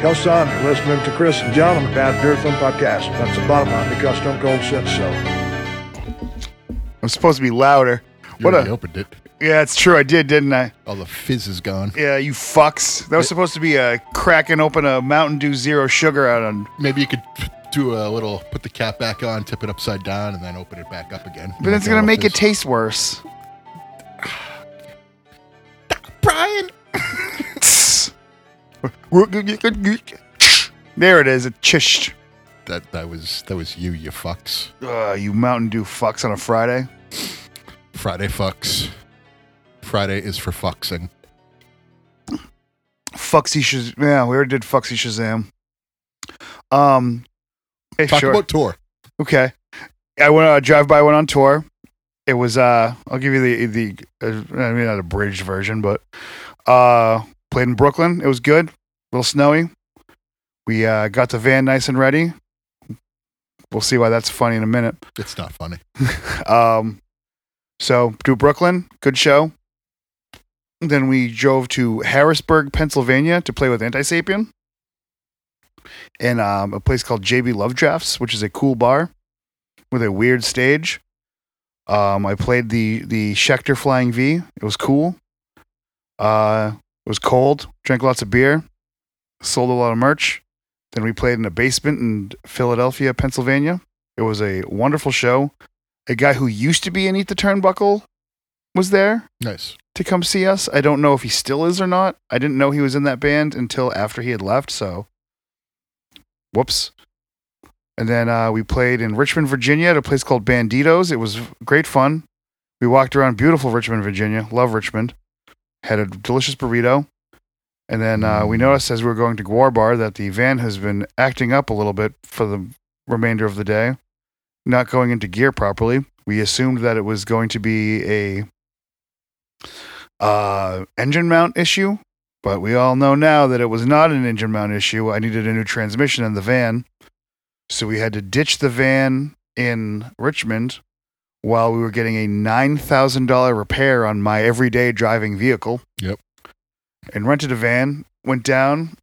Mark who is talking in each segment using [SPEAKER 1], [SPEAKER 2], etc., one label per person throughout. [SPEAKER 1] Yo, son, you're listening to Chris and John on the Bad Beer Film Podcast. That's the bottom line because Stone Cold said so.
[SPEAKER 2] I'm supposed to be louder.
[SPEAKER 3] You
[SPEAKER 2] What
[SPEAKER 3] already
[SPEAKER 2] a
[SPEAKER 3] opened it.
[SPEAKER 2] yeah, it's true. I did, didn't I?
[SPEAKER 3] All the fizz is gone.
[SPEAKER 2] Yeah, you fucks. That was supposed to be a cracking open a Mountain Dew Zero Sugar out on.
[SPEAKER 3] Maybe you could do a little, put the cap back on, tip it upside down, and then open it back up again.
[SPEAKER 2] But that's gonna make it taste worse.
[SPEAKER 3] Brian.
[SPEAKER 2] There it is. It chished.
[SPEAKER 3] That that was that was you, you fucks.
[SPEAKER 2] Ugh, you Mountain Dew fucks on a Friday.
[SPEAKER 3] Friday fucks. Friday is for fucksing.
[SPEAKER 2] Fucksy Shazam. Yeah, we already did Fucksy Shazam. Um, okay,
[SPEAKER 3] Talk
[SPEAKER 2] sure.
[SPEAKER 3] about tour.
[SPEAKER 2] okay. I went on a drive by, went on tour. It was, uh, I'll give you the, the, uh, I mean, not a bridged version, but, uh, played in Brooklyn. It was good. A little snowy. We, uh, got the van nice and ready. We'll see why that's funny in a minute.
[SPEAKER 3] It's not funny.
[SPEAKER 2] Um, so to Brooklyn, good show. Then we drove to Harrisburg, Pennsylvania, to play with Anti Sapien, and um, a place called JB Love Drafts, which is a cool bar with a weird stage. Um, I played the the Schecter Flying V. It was cool. Uh, it was cold. Drank lots of beer. Sold a lot of merch. Then we played in a basement in Philadelphia, Pennsylvania. It was a wonderful show a guy who used to be in Eat the Turnbuckle was there
[SPEAKER 3] Nice.
[SPEAKER 2] to come see us. I don't know if he still is or not. I didn't know he was in that band until after he had left, so whoops. And then uh, we played in Richmond, Virginia at a place called Banditos. It was great fun. We walked around beautiful Richmond, Virginia. Love Richmond. Had a delicious burrito. And then uh, we noticed as we were going to Guar Bar that the van has been acting up a little bit for the remainder of the day, not going into gear properly. We assumed that it was going to be a uh, engine mount issue, but we all know now that it was not an engine mount issue. I needed a new transmission in the van. So we had to ditch the van in Richmond while we were getting a $9,000 repair on my everyday driving vehicle.
[SPEAKER 3] Yep.
[SPEAKER 2] And rented a van, went down.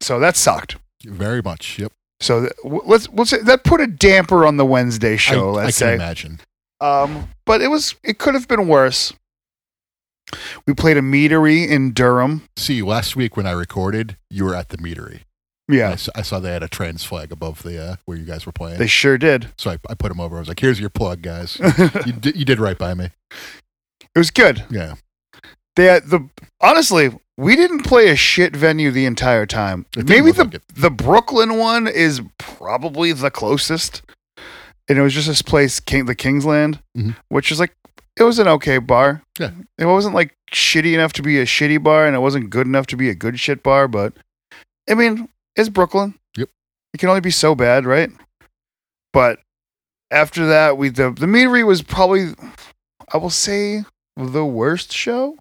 [SPEAKER 2] So that sucked.
[SPEAKER 3] Very much. Yep.
[SPEAKER 2] So th- w- let's let's say that put a damper on the Wednesday
[SPEAKER 3] I,
[SPEAKER 2] show.
[SPEAKER 3] I can
[SPEAKER 2] let's say
[SPEAKER 3] imagine.
[SPEAKER 2] um, but it was it could have been worse. We played a meadery in Durham.
[SPEAKER 3] See, last week when I recorded, you were at the meatery. I,
[SPEAKER 2] Yeah,
[SPEAKER 3] s- I saw they had a trans flag above the uh, where you guys were playing.
[SPEAKER 2] they sure did.
[SPEAKER 3] so I, I put them over. I was like, "Here's your plug, guys.
[SPEAKER 2] it
[SPEAKER 3] you, di- you did right by me."
[SPEAKER 2] was good.
[SPEAKER 3] Yeah.
[SPEAKER 2] They had the honestly, we didn't play a shit venue the entire time.
[SPEAKER 3] It didn't
[SPEAKER 2] Maybe
[SPEAKER 3] look
[SPEAKER 2] the
[SPEAKER 3] like it.
[SPEAKER 2] the Brooklyn one is probably the closest, and it was just this place, King, the Kingsland,
[SPEAKER 3] Mhm.
[SPEAKER 2] which is like it was an okay bar.
[SPEAKER 3] Yeah.
[SPEAKER 2] it wasn't like shitty enough to be a shitty bar, and it wasn't good enough to be a good shit bar. But I mean, it's Brooklyn.
[SPEAKER 3] Yep.
[SPEAKER 2] it can only be so bad, right? But after that, we the the meadery was probably, I will say, the worst show.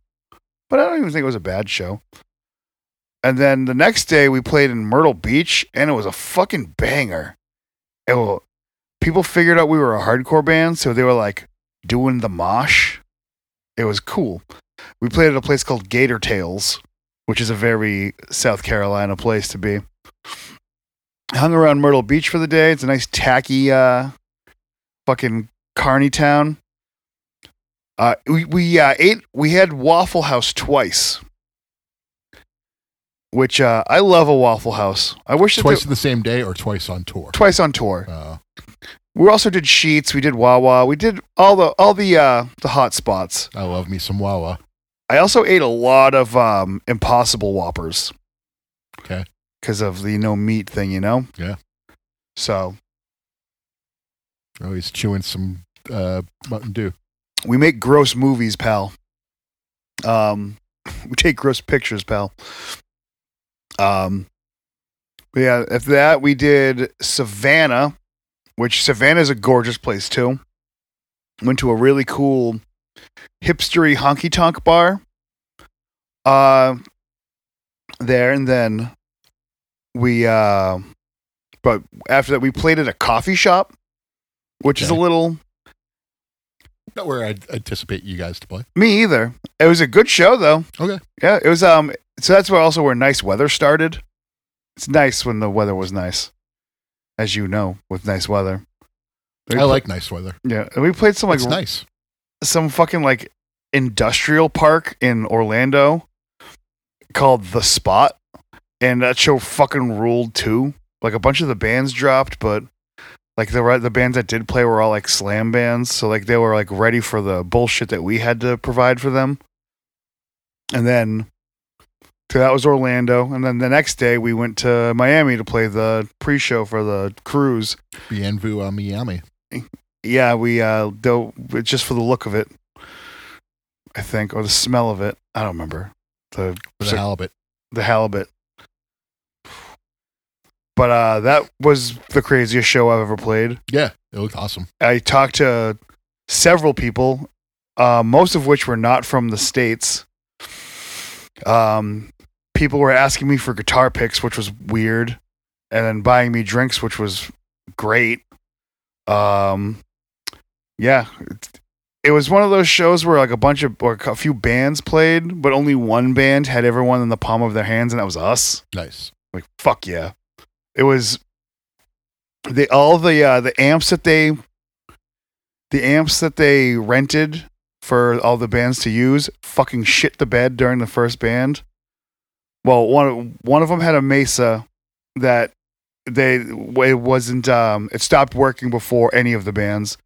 [SPEAKER 2] But I don't even think it was a bad show. And then the next day we played in Myrtle Beach and it was a fucking banger. It wa- Oh, people figured out we were a hardcore band, so they were like doing the mosh. It was cool. We played at a place called Gator Tails, which is a very South Carolina place to be. Hung around Myrtle Beach for the day. It's a nice tacky uh fucking carny town. Uh, we we uh, ate we had Waffle House twice, which uh, I love a Waffle House. I wish that
[SPEAKER 3] Twice
[SPEAKER 2] they-
[SPEAKER 3] in the same day or twice on tour.
[SPEAKER 2] twice on tour.
[SPEAKER 3] Uh,
[SPEAKER 2] We also did Sheets, we did Wawa, we did all the all the uh, the hot spots.
[SPEAKER 3] I love me some Wawa.
[SPEAKER 2] I also ate a lot of um, Impossible Whoppers.
[SPEAKER 3] 'Kay.
[SPEAKER 2] Because of the no meat thing, you know.
[SPEAKER 3] Yeah.
[SPEAKER 2] So
[SPEAKER 3] Always chewing some uh, Mountain Dew.
[SPEAKER 2] we make gross movies, pal. Um, we take gross pictures, pal. Um, but yeah, after that, we did Savannah, which Savannah is a gorgeous place too. Went to a really cool hipstery honky tonk bar uh there and then we uh but after that we played at a coffee shop which is a
[SPEAKER 3] Okay.
[SPEAKER 2] little
[SPEAKER 3] Not where I'd anticipate you guys to play.
[SPEAKER 2] me either it was a good show though
[SPEAKER 3] Okay.
[SPEAKER 2] yeah it was um so that's where also where nice weather started it's nice when the weather was nice as you know with nice weather We
[SPEAKER 3] I
[SPEAKER 2] pla-
[SPEAKER 3] like nice weather.
[SPEAKER 2] yeah and we played some like
[SPEAKER 3] It's nice.
[SPEAKER 2] some fucking like industrial park in Orlando called The Spot, and that show fucking ruled too. Like a bunch of the bands dropped, but like the re- the bands that did play were all like slam bands, so like they were like ready for the bullshit that we had to provide for them. And then so that was Orlando, and then the next day we went to Miami to play the pre-show for the cruise,
[SPEAKER 3] Bienvenue à uh, Miami.
[SPEAKER 2] yeah, we uh though just for the look of it, I think, or the smell of it. I don't remember the
[SPEAKER 3] For
[SPEAKER 2] So-
[SPEAKER 3] the halibut.
[SPEAKER 2] the halibut. But uh that was the craziest show I've ever played.
[SPEAKER 3] Yeah, it looked awesome.
[SPEAKER 2] I talked to several people, uh, most of which were not from the states. Um, people were asking me for guitar picks, which was weird, and then buying me drinks, which was great. Um, yeah, it, it was one of those shows where like a bunch of or a few bands played, but only one band had everyone in the palm of their hands, and that was us.
[SPEAKER 3] Nice.
[SPEAKER 2] Like fuck yeah. It was the all the uh the amps that they the amps that they rented for all the bands to use fucking shit the bed during the first band. Well, one of- one of them had a Mesa that they it wasn't um it stopped working before any of the bands.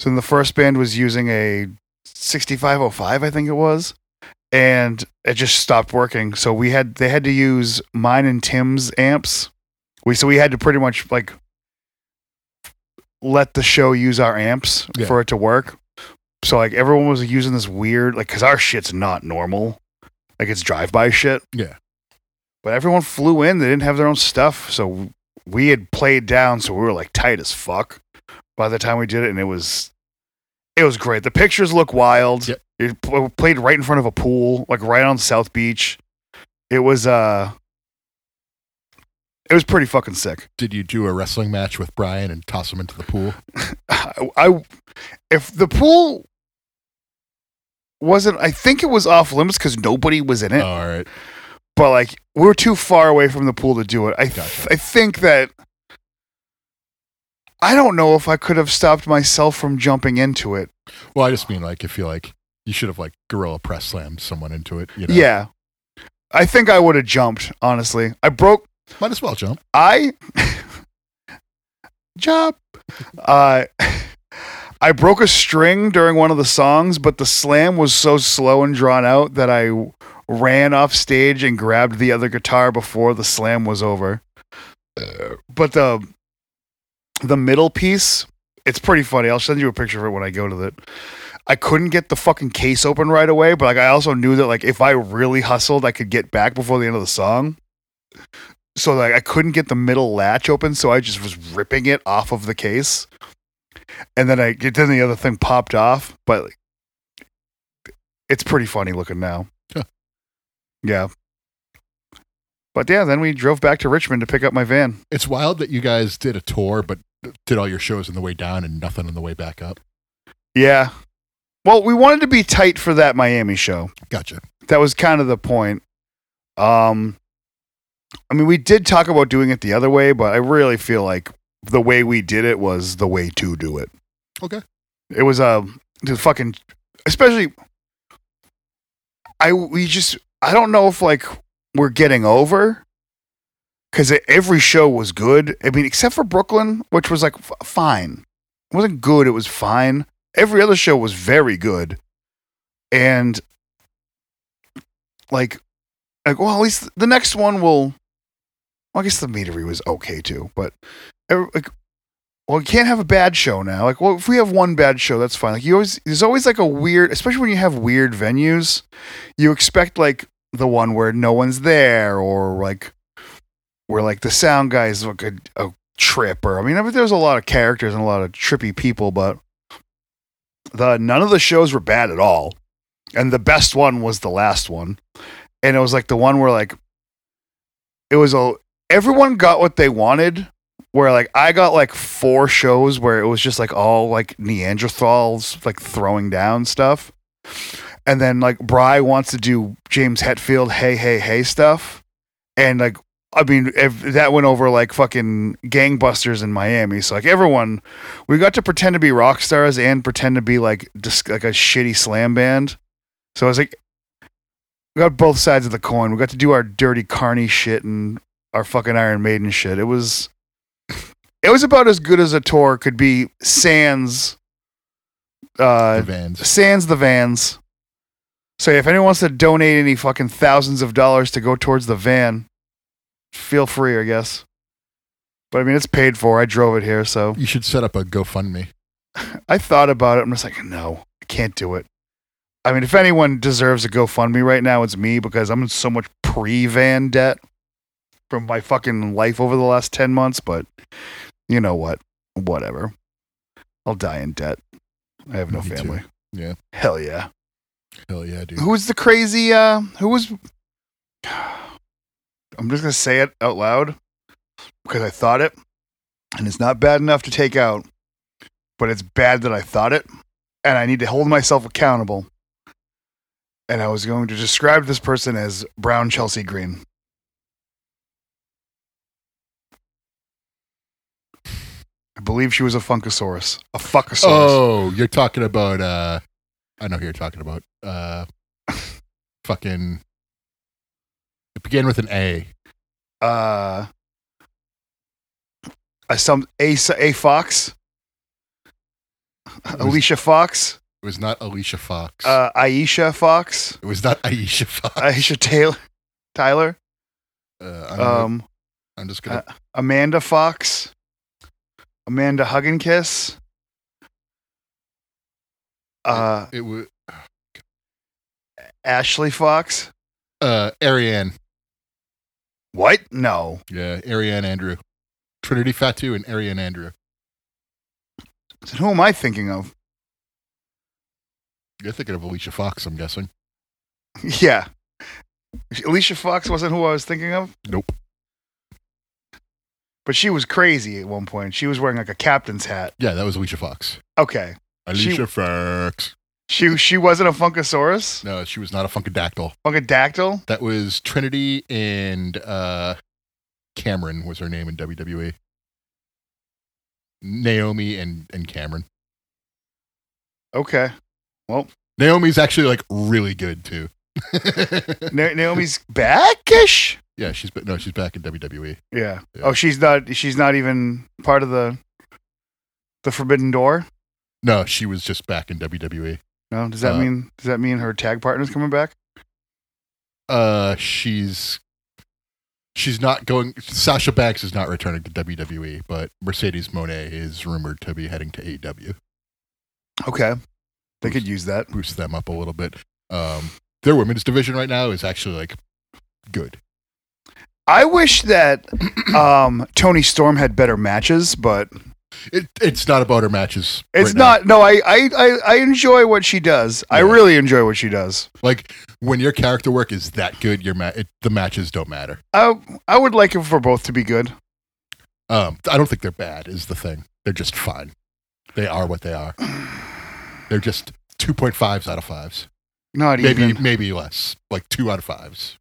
[SPEAKER 2] So then the first band was using a 6505 I think it was and it just stopped working. So we had they had to use mine and Tim's amps. We so we had to pretty much like let the show use our amps
[SPEAKER 3] Yeah.
[SPEAKER 2] for it to work. So like everyone was using this weird like cuz our shit's not normal. Like it's drive-by shit.
[SPEAKER 3] Yeah.
[SPEAKER 2] But everyone flew in, they didn't have their own stuff, so we had played down so we were like tight as fuck by the time we did it and it was it was great. The pictures look wild.
[SPEAKER 3] Yep.
[SPEAKER 2] It pl- played right in front of a pool, like right on South Beach. It was uh it was pretty fucking sick.
[SPEAKER 3] Did you do a wrestling match with Brian and toss him into the pool?
[SPEAKER 2] I, I if the pool wasn't I think it was off limits cuz nobody was in it.
[SPEAKER 3] All right.
[SPEAKER 2] but like we were too far away from the pool to do it. I th-
[SPEAKER 3] Gotcha.
[SPEAKER 2] I think that I don't know if I could have stopped myself from jumping into it.
[SPEAKER 3] Well, I just mean like if you like you should have like gorilla press slammed someone into it. You know?
[SPEAKER 2] Yeah. I think I would have jumped, honestly. I broke
[SPEAKER 3] Might as well jump.
[SPEAKER 2] I job. Uh I broke a string during one of the songs, but the slam was so slow and drawn out that I ran off stage and grabbed the other guitar before the slam was over. Uh, But the the middle piece, it's pretty funny. I'll send you a picture of it when I go to it. I couldn't get the fucking case open right away, but like I also knew that like if I really hustled, I could get back before the end of the song so like I couldn't get the middle latch open, so I just was ripping it off of the case, and then I then the other thing popped off, but like, it's pretty funny looking now.
[SPEAKER 3] Huh.
[SPEAKER 2] Yeah, but yeah, then we drove back to Richmond to pick up my van.
[SPEAKER 3] It's wild that you guys did a tour, but did all your shows on the way down and nothing on the way back up.
[SPEAKER 2] Yeah, well, we wanted to be tight for that Miami show.
[SPEAKER 3] Gotcha.
[SPEAKER 2] that was kind of the point. Um, I mean, we did talk about doing it the other way, but I really feel like the way we did it was the way to do it.
[SPEAKER 3] Okay.
[SPEAKER 2] It was a the fucking, especially. I we just I don't know if like we're getting over, because every show was good. I mean, except for Brooklyn, which was like f- fine. It wasn't good. It was fine. Every other show was very good, and like like well at least the next one will well, I guess the metery was okay too, but every- like well you can't have a bad show now. Like well if we have one bad show that's fine. Like you always there's always like a weird especially when you have weird venues, you expect like the one where no one's there or like where like the sound guys like a, a trip or I mean I mean, there's a lot of characters and a lot of trippy people but the none of the shows were bad at all, and the best one was the last one, and it was like the one where like it was a everyone got what they wanted. Where like I got like four shows where it was just like all like Neanderthals like throwing down stuff, and then like Bry wants to do James Hetfield hey hey hey stuff, and like I mean if that went over like fucking gangbusters in Miami. So like everyone, we got to pretend to be rock stars and pretend to be like just like a shitty slam band. So I was like, we got both sides of the coin. We got to do our dirty carny shit and our fucking Iron Maiden shit. It was. It was about as good as a tour could be. Sans, uh,
[SPEAKER 3] the vans.
[SPEAKER 2] Sans the vans. So if anyone wants to donate any fucking thousands of dollars to go towards the van, feel free, I guess. But I mean, it's paid for. I drove it here, so
[SPEAKER 3] You should set up a GoFundMe.
[SPEAKER 2] I thought about it. I'm just like, no, I can't do it. I mean, if anyone deserves a GoFundMe right now, it's me because I'm in so much pre-van debt from my fucking life over the last ten months. But you know what? Whatever. I'll die in debt. I have no
[SPEAKER 3] Me too.
[SPEAKER 2] family.
[SPEAKER 3] Yeah.
[SPEAKER 2] Hell yeah.
[SPEAKER 3] Hell yeah, dude.
[SPEAKER 2] Who was the crazy? uh Who was? I'm just gonna say it out loud because I thought it, and it's not bad enough to take out, but it's bad that I thought it, and I need to hold myself accountable. And I was going to describe this person as Brown Chelsea Green. I believe she was a Funkosaurus, a Fuckosaurus.
[SPEAKER 3] Oh, you're talking about uh I know who you're talking about. Uh fucking it began with an A.
[SPEAKER 2] uh a some a, a fox alicia fox
[SPEAKER 3] It was not Alicia Fox.
[SPEAKER 2] uh aisha fox
[SPEAKER 3] it was not Aisha Fox.
[SPEAKER 2] aisha taylor tyler
[SPEAKER 3] uh, I'm,
[SPEAKER 2] um uh,
[SPEAKER 3] I'm just gonna
[SPEAKER 2] amanda fox amanda hug and kiss uh
[SPEAKER 3] it was
[SPEAKER 2] ashley fox
[SPEAKER 3] uh Ariane.
[SPEAKER 2] what no
[SPEAKER 3] Yeah, Ariane Andrew. Trinity Fatu and Ariane Andrew.
[SPEAKER 2] So who am i thinking of
[SPEAKER 3] You're thinking of Alicia Fox, I'm guessing.
[SPEAKER 2] yeah alicia fox wasn't who i was thinking of
[SPEAKER 3] Nope.
[SPEAKER 2] but she was crazy at one point she was wearing like a captain's hat
[SPEAKER 3] Yeah, that was Alicia Fox.
[SPEAKER 2] okay She-
[SPEAKER 3] Alicia Fox.
[SPEAKER 2] She she wasn't a Funkosaurus,
[SPEAKER 3] No, she was not a Funkadactyl.
[SPEAKER 2] Funkadactyl.
[SPEAKER 3] That was Trinity and uh, Cameron was her name in WWE. Naomi and, and Cameron.
[SPEAKER 2] Okay,
[SPEAKER 3] Naomi's actually like really good too.
[SPEAKER 2] Na- Naomi's backish.
[SPEAKER 3] yeah, she's ba- no, she's back in E. WWE.
[SPEAKER 2] Yeah.
[SPEAKER 3] Yeah.
[SPEAKER 2] Oh, she's not. She's not even part of the the Forbidden Door.
[SPEAKER 3] No, she was just back in WWE.
[SPEAKER 2] No. Does that
[SPEAKER 3] Uh,
[SPEAKER 2] mean does that mean her tag partner's coming back?
[SPEAKER 3] Uh, she's she's not going. Sasha Banks is not returning to WWE, but Mercedes Monet is rumored to be heading to E AEW.
[SPEAKER 2] Okay. They could use that.
[SPEAKER 3] Boost them up a little bit. Um, their women's division right now is actually like good.
[SPEAKER 2] I wish that um Tony Storm had better matches, but
[SPEAKER 3] It, it's not about her matches.
[SPEAKER 2] it's
[SPEAKER 3] right now.
[SPEAKER 2] not. No, I, I I I enjoy what she does. I
[SPEAKER 3] Yeah.
[SPEAKER 2] really enjoy what she does.
[SPEAKER 3] like when your character work is that good. Your ma- it, the matches don't matter.
[SPEAKER 2] I I would like it for both to be good.
[SPEAKER 3] Um, I don't think they're bad. Is the thing. They're just fine. They are what they are. They're just two point fives out of fives.
[SPEAKER 2] Not
[SPEAKER 3] Maybe
[SPEAKER 2] even.
[SPEAKER 3] maybe less. Like two out of fives.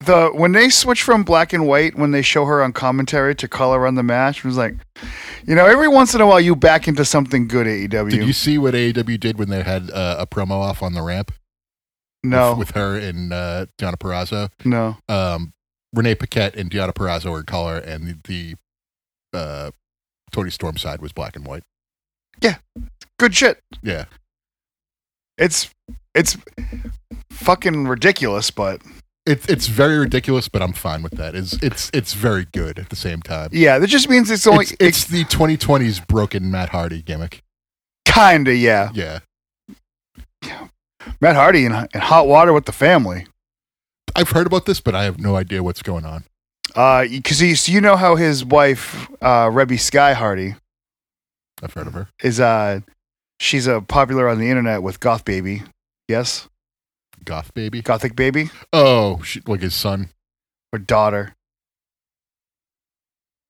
[SPEAKER 2] the when they switch from black and white when they show her on commentary to color on the match it was like you know every once in a while you back into something good E AEW
[SPEAKER 3] Did you see what AEW did when they had uh, a promo off on the ramp?
[SPEAKER 2] no
[SPEAKER 3] With, with her and uh, Deanna Perrazzo.
[SPEAKER 2] no
[SPEAKER 3] um, Renee Paquette and Deanna Perrazzo were in color, and the, the uh, Tony Storm side was black and white.
[SPEAKER 2] good shit
[SPEAKER 3] Yeah.
[SPEAKER 2] it's it's fucking ridiculous but
[SPEAKER 3] It's it's very ridiculous, but I'm fine with that. It's it's it's very good at the same time.
[SPEAKER 2] yeah that just means it's only
[SPEAKER 3] it's, it's the 2020s broken Matt Hardy gimmick.
[SPEAKER 2] kinda yeah
[SPEAKER 3] Yeah,
[SPEAKER 2] Matt Hardy in, in hot water with the family
[SPEAKER 3] I've heard about this, but I have no idea what's going on.
[SPEAKER 2] uh because he's you know how his wife uh Rebby Sky Hardy
[SPEAKER 3] I've heard of her.
[SPEAKER 2] is uh She's uh, popular on the internet with Goth Baby. Yes,
[SPEAKER 3] Goth baby.
[SPEAKER 2] Gothic Baby
[SPEAKER 3] Oh, she, like his son.
[SPEAKER 2] or daughter.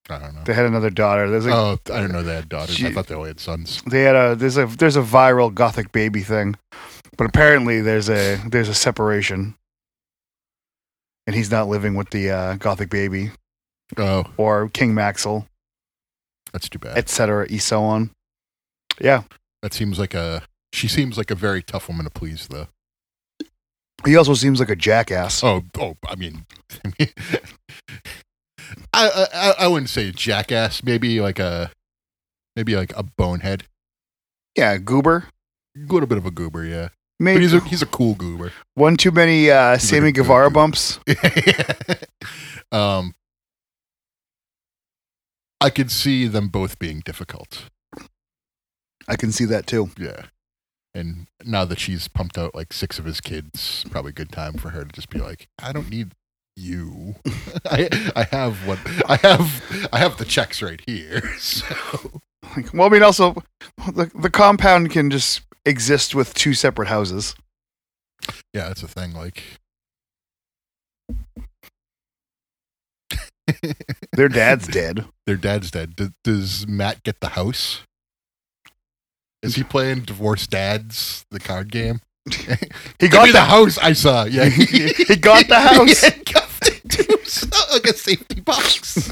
[SPEAKER 3] I don't know.
[SPEAKER 2] They had another daughter. There's a,
[SPEAKER 3] oh, I don't know. They had daughters.
[SPEAKER 2] She-
[SPEAKER 3] I thought they only had sons.
[SPEAKER 2] they had a there's a there's a viral Gothic Baby thing, but apparently there's a there's a separation, and he's not living with the uh, Gothic Baby
[SPEAKER 3] Oh,
[SPEAKER 2] or King Maxwell,
[SPEAKER 3] that's too bad.
[SPEAKER 2] etc. And so on.
[SPEAKER 3] That seems like a. She seems like a very tough woman to please, though.
[SPEAKER 2] He also seems like a jackass.
[SPEAKER 3] Oh, oh, I mean, I, mean I, I, I wouldn't say jackass. Maybe like a, maybe like a bonehead.
[SPEAKER 2] Yeah, goober.
[SPEAKER 3] A little bit of a goober, yeah. But
[SPEAKER 2] Maybe
[SPEAKER 3] he's a he's a cool goober.
[SPEAKER 2] one too many uh,
[SPEAKER 3] He's like
[SPEAKER 2] Sammy
[SPEAKER 3] a good
[SPEAKER 2] Guevara
[SPEAKER 3] goober.
[SPEAKER 2] bumps.
[SPEAKER 3] um, I could see them both being difficult.
[SPEAKER 2] I can see that too.
[SPEAKER 3] Yeah. And now that she's pumped out like six of his kids, probably a good time for her to just be like, I don't need you. I I have what I have I have the checks right here. So
[SPEAKER 2] Like, well, I mean, also the the compound can just exist with two separate houses.
[SPEAKER 3] yeah, that's a thing. Like
[SPEAKER 2] Their dad's dead.
[SPEAKER 3] their dad's dead. D- does Matt get the house? Is he playing divorce dads the card game?
[SPEAKER 2] He
[SPEAKER 3] Give
[SPEAKER 2] got
[SPEAKER 3] me
[SPEAKER 2] the
[SPEAKER 3] the house I saw. Yeah,
[SPEAKER 2] he got Oh, the house.
[SPEAKER 3] handcuffed it to himself, like a safety box.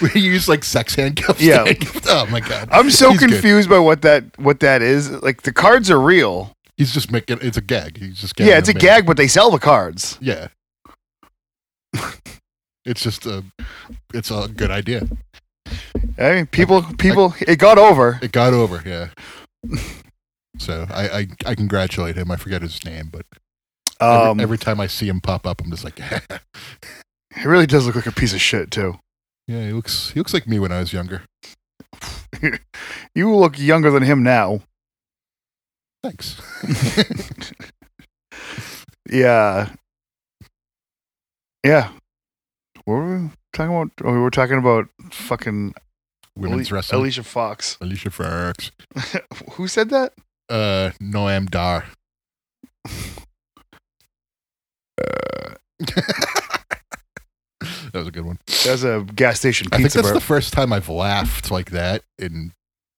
[SPEAKER 3] Where you use like sex handcuffs. to
[SPEAKER 2] Yeah.
[SPEAKER 3] handcuff- Oh my god.
[SPEAKER 2] I'm so
[SPEAKER 3] He's good.
[SPEAKER 2] confused by what that what that is. Like the cards are real.
[SPEAKER 3] He's just making it's a gag. He's just
[SPEAKER 2] Yeah,
[SPEAKER 3] getting
[SPEAKER 2] it's a
[SPEAKER 3] them in.
[SPEAKER 2] gag, but they sell the cards.
[SPEAKER 3] Yeah. It's just a, it's a good idea.
[SPEAKER 2] I mean, people people it got over.
[SPEAKER 3] It got over, yeah. So I, I, I congratulate him. I forget his name, but every,
[SPEAKER 2] Um,
[SPEAKER 3] every time I see him pop up, I'm just like, yeah,
[SPEAKER 2] it really does look like a piece of shit too.
[SPEAKER 3] he looks he looks like me when I was younger.
[SPEAKER 2] You look younger than him now.
[SPEAKER 3] Thanks.
[SPEAKER 2] Yeah. Yeah. What were we talking about? Oh, we were talking about fucking
[SPEAKER 3] Women's
[SPEAKER 2] Ali-
[SPEAKER 3] wrestling.
[SPEAKER 2] Alicia Fox.
[SPEAKER 3] Alicia Fox.
[SPEAKER 2] Who said that?
[SPEAKER 3] Uh, Noam Dar. that Uh, was a good one.
[SPEAKER 2] That was a gas station
[SPEAKER 3] I think
[SPEAKER 2] pizza
[SPEAKER 3] that's
[SPEAKER 2] bar.
[SPEAKER 3] the first time I've laughed like that. In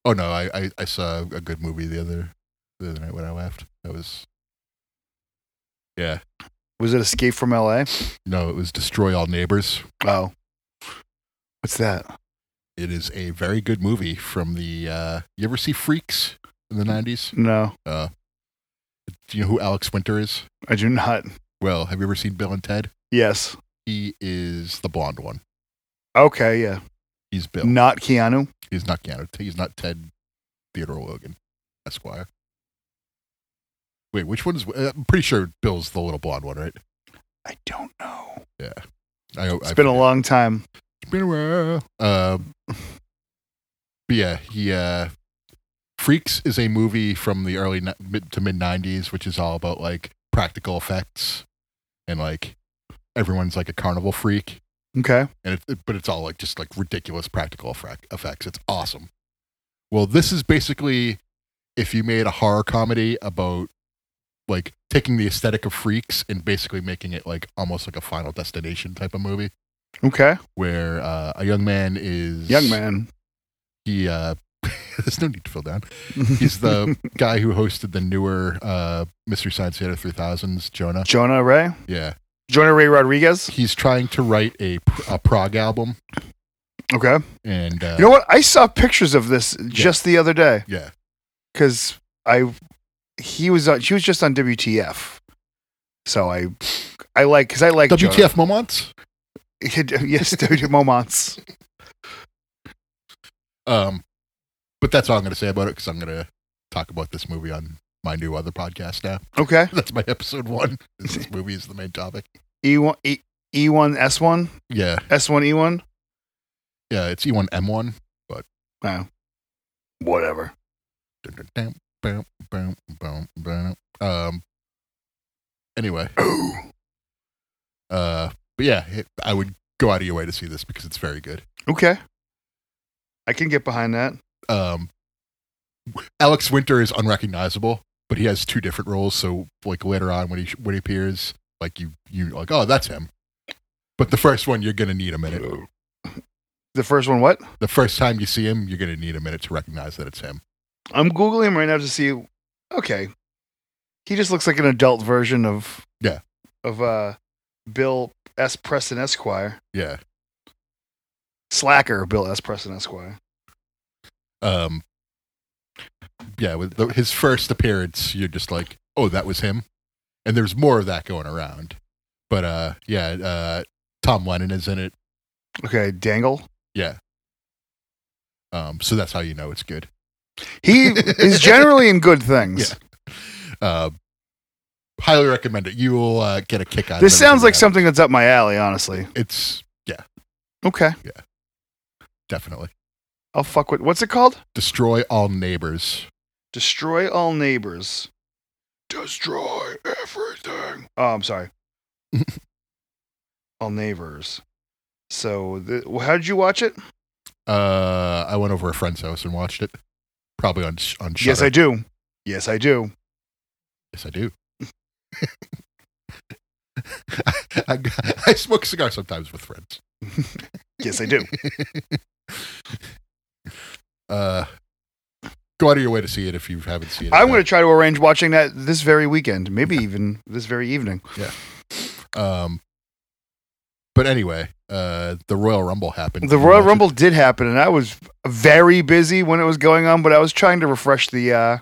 [SPEAKER 3] oh no, I, I, I saw a good movie the other the other night when I laughed. That was yeah.
[SPEAKER 2] was it Escape from L.A.?
[SPEAKER 3] No, it was Destroy All Neighbors.
[SPEAKER 2] Oh. What's that?
[SPEAKER 3] It is a very good movie from the. Uh, you ever see Freaks in the nineties?
[SPEAKER 2] No,
[SPEAKER 3] Uh, do you know who Alex Winter is?
[SPEAKER 2] I do not.
[SPEAKER 3] Well, have you ever seen Bill and Ted?
[SPEAKER 2] Yes.
[SPEAKER 3] He is the blonde one.
[SPEAKER 2] Okay, yeah.
[SPEAKER 3] He's Bill.
[SPEAKER 2] Not Keanu.
[SPEAKER 3] He's not Keanu. He's not Ted Theodore Logan, Esquire. Wait, which one's? uh, I'm pretty sure Bill's the little blonde one, right?
[SPEAKER 2] I don't know.
[SPEAKER 3] I,
[SPEAKER 2] It's been a long time.
[SPEAKER 3] It's been a while. Um, but yeah, he uh, Freaks is a movie from the early ni- mid to mid '90s, which is all about like practical effects and like everyone's like a carnival freak,
[SPEAKER 2] Okay.
[SPEAKER 3] and it, but it's all like just like ridiculous practical effect- effects. It's awesome. Well, this is basically if you made a horror comedy about like taking the aesthetic of freaks and basically making it like almost like a Final Destination type of movie,
[SPEAKER 2] Okay.
[SPEAKER 3] where uh, a young man is
[SPEAKER 2] Young man.
[SPEAKER 3] He uh, there's no need to feel down. He's the guy who hosted the newer uh, Mystery Science Theater 3000s, Jonah.
[SPEAKER 2] Jonah Ray.
[SPEAKER 3] Yeah,
[SPEAKER 2] Jonah Ray Rodriguez.
[SPEAKER 3] he's trying to write a a prog album,
[SPEAKER 2] Okay.
[SPEAKER 3] and uh,
[SPEAKER 2] You know what? I saw pictures of this just the other day.
[SPEAKER 3] yeah,
[SPEAKER 2] because I he was on she was just on WTF, so I I like because I like Jonah.
[SPEAKER 3] WTF moments.
[SPEAKER 2] yes, WTF moments.
[SPEAKER 3] Um, but that's all I'm going to say about it because I'm going to talk about this movie on my new other podcast now.
[SPEAKER 2] Okay,
[SPEAKER 3] That's my episode one. This is- movie is the main topic.
[SPEAKER 2] E one E E one S one
[SPEAKER 3] Yeah,
[SPEAKER 2] S one E one.
[SPEAKER 3] yeah, it's E E1 M1.
[SPEAKER 2] Wow, whatever.
[SPEAKER 3] Dun, dun, dun, bum, bum, bum, bum. Um. Anyway, uh, but yeah, it, I would go out of your way to see this because it's very good.
[SPEAKER 2] Okay, I can get behind that.
[SPEAKER 3] Um, Alex Winter is unrecognizable, but he has two different roles. So like later on when he when he appears, like you you like oh that's him. But the first one you're gonna need a minute.
[SPEAKER 2] The first one, what?
[SPEAKER 3] The first time you see him, you're gonna need a minute to recognize that it's him.
[SPEAKER 2] I'm googling him right now to see. Okay, he just looks like an adult version of
[SPEAKER 3] Yeah.
[SPEAKER 2] of uh Bill S. Preston Esquire,
[SPEAKER 3] Yeah.
[SPEAKER 2] slacker Bill S. Preston Esquire.
[SPEAKER 3] Um. Yeah, with the, his first appearance, you're just like oh that was him, and there's more of that going around. But uh, yeah, uh, Tom Lennon is in it.
[SPEAKER 2] Okay, Dangle.
[SPEAKER 3] Yeah. Um, so that's how you know it's good.
[SPEAKER 2] He is generally in good things.
[SPEAKER 3] Yeah. Uh, highly recommend it. You will uh, get a kick out.
[SPEAKER 2] This
[SPEAKER 3] of
[SPEAKER 2] sounds like
[SPEAKER 3] everything
[SPEAKER 2] something that's up my alley, honestly.
[SPEAKER 3] that- It's
[SPEAKER 2] Okay,
[SPEAKER 3] definitely
[SPEAKER 2] I'll fuck with. What's it called?
[SPEAKER 3] destroy all neighbors.
[SPEAKER 2] Destroy all neighbors. Destroy everything. Oh, I'm sorry. all neighbors. So, the, how did you watch it?
[SPEAKER 3] Uh, I went over a friend's house and watched it. Probably on sh- on. Shudder.
[SPEAKER 2] Yes, I do. Yes, I do.
[SPEAKER 3] Yes, I do. I, I smoke cigars sometimes with friends.
[SPEAKER 2] Yes, I do.
[SPEAKER 3] Uh, go out of your way to see it if you haven't seen it.
[SPEAKER 2] I'm going to try to arrange watching that this very weekend, maybe even this very evening.
[SPEAKER 3] Um, but anyway, uh, the Royal Rumble happened.
[SPEAKER 2] The
[SPEAKER 3] Did you
[SPEAKER 2] Royal
[SPEAKER 3] watch it?
[SPEAKER 2] Rumble did happen, and I was very busy when it was going on, but I was trying to refresh the uh,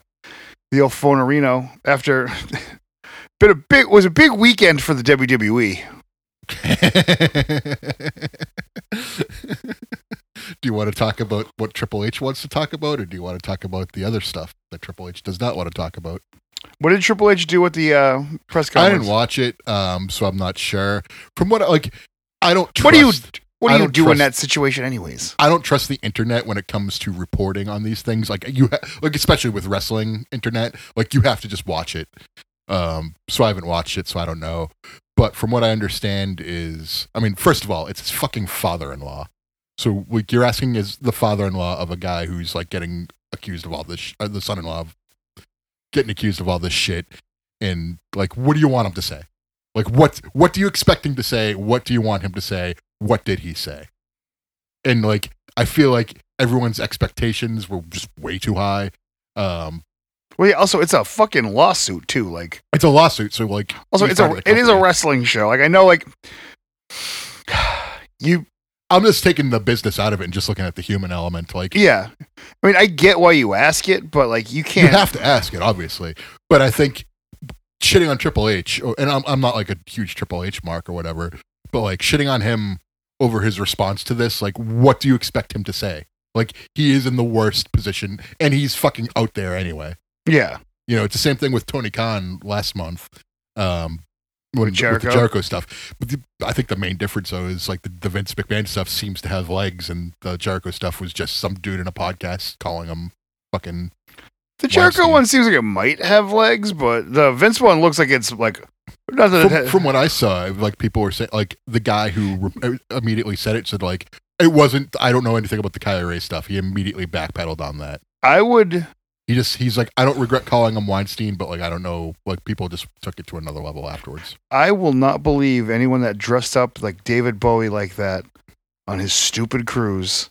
[SPEAKER 2] the old Fonorino after. Been a big was a big weekend for the E. WWE.
[SPEAKER 3] do you want to talk about what Triple H wants to talk about, or do you want to talk about the other stuff that Triple H does not want to talk about?
[SPEAKER 2] What did Triple H do with the uh, press
[SPEAKER 3] I
[SPEAKER 2] conference?
[SPEAKER 3] didn't watch it, um, so I'm not sure. From what I- like, I don't. Trust,
[SPEAKER 2] What do you- what
[SPEAKER 3] I
[SPEAKER 2] do you
[SPEAKER 3] don't
[SPEAKER 2] do in
[SPEAKER 3] trust-
[SPEAKER 2] that situation, anyways?
[SPEAKER 3] I don't trust the internet when it comes to reporting on these things. Like you, ha- like especially with wrestling internet, like you have to just watch it. Um, so I haven't watched it, so I don't know. But from what I understand, is I mean, first of all, it's his fucking father-in-law. So like you're asking is the father-in-law of a guy who's like getting accused of all this, sh- uh, the son-in-law of getting accused of all this shit, and like, what do you want him to say? Like, what what do you expect him to say? What do you want him to say? What did he say? and like I feel like everyone's expectations were just way too high. Um,
[SPEAKER 2] Well, yeah, also it's a fucking lawsuit too. Like,
[SPEAKER 3] it's a lawsuit, so like
[SPEAKER 2] also
[SPEAKER 3] he's
[SPEAKER 2] it's a
[SPEAKER 3] part of the
[SPEAKER 2] it is a
[SPEAKER 3] company.
[SPEAKER 2] wrestling show. Like, I know, like you,
[SPEAKER 3] I'm just taking the business out of it and just looking at the human element. Like
[SPEAKER 2] yeah. I mean, I get why you ask it, but like you
[SPEAKER 3] you
[SPEAKER 2] can't.
[SPEAKER 3] have to ask it, obviously, but I think shitting on Triple H, or- and I'm I'm not like a huge Triple H mark or whatever, but like shitting on him over his response to this, like what do you expect him to say? Like he is in the worst position, and he's fucking out there anyway.
[SPEAKER 2] yeah,
[SPEAKER 3] you know, it's the same thing with Tony Khan last month. Um, when, with the
[SPEAKER 2] Jericho?
[SPEAKER 3] Jericho stuff. But the, I think the main difference though is like the, the Vince McMahon stuff seems to have legs, and the Jericho stuff was just some dude in a podcast calling him fucking.
[SPEAKER 2] the Jericho
[SPEAKER 3] Weinstein.
[SPEAKER 2] one seems like it might have legs, but the Vince one looks like it's like not that it
[SPEAKER 3] From,
[SPEAKER 2] ha-
[SPEAKER 3] from what I saw, like people were saying, like the guy who re- uh, immediately said it said like it wasn't. I don't know anything about the Kyrie stuff. He immediately backpedaled on that.
[SPEAKER 2] I would.
[SPEAKER 3] He just he's like I don't regret calling him Weinstein, but like I don't know. Like people just took it to another level afterwards.
[SPEAKER 2] I will not believe anyone that dressed up like David Bowie like that on his stupid cruise.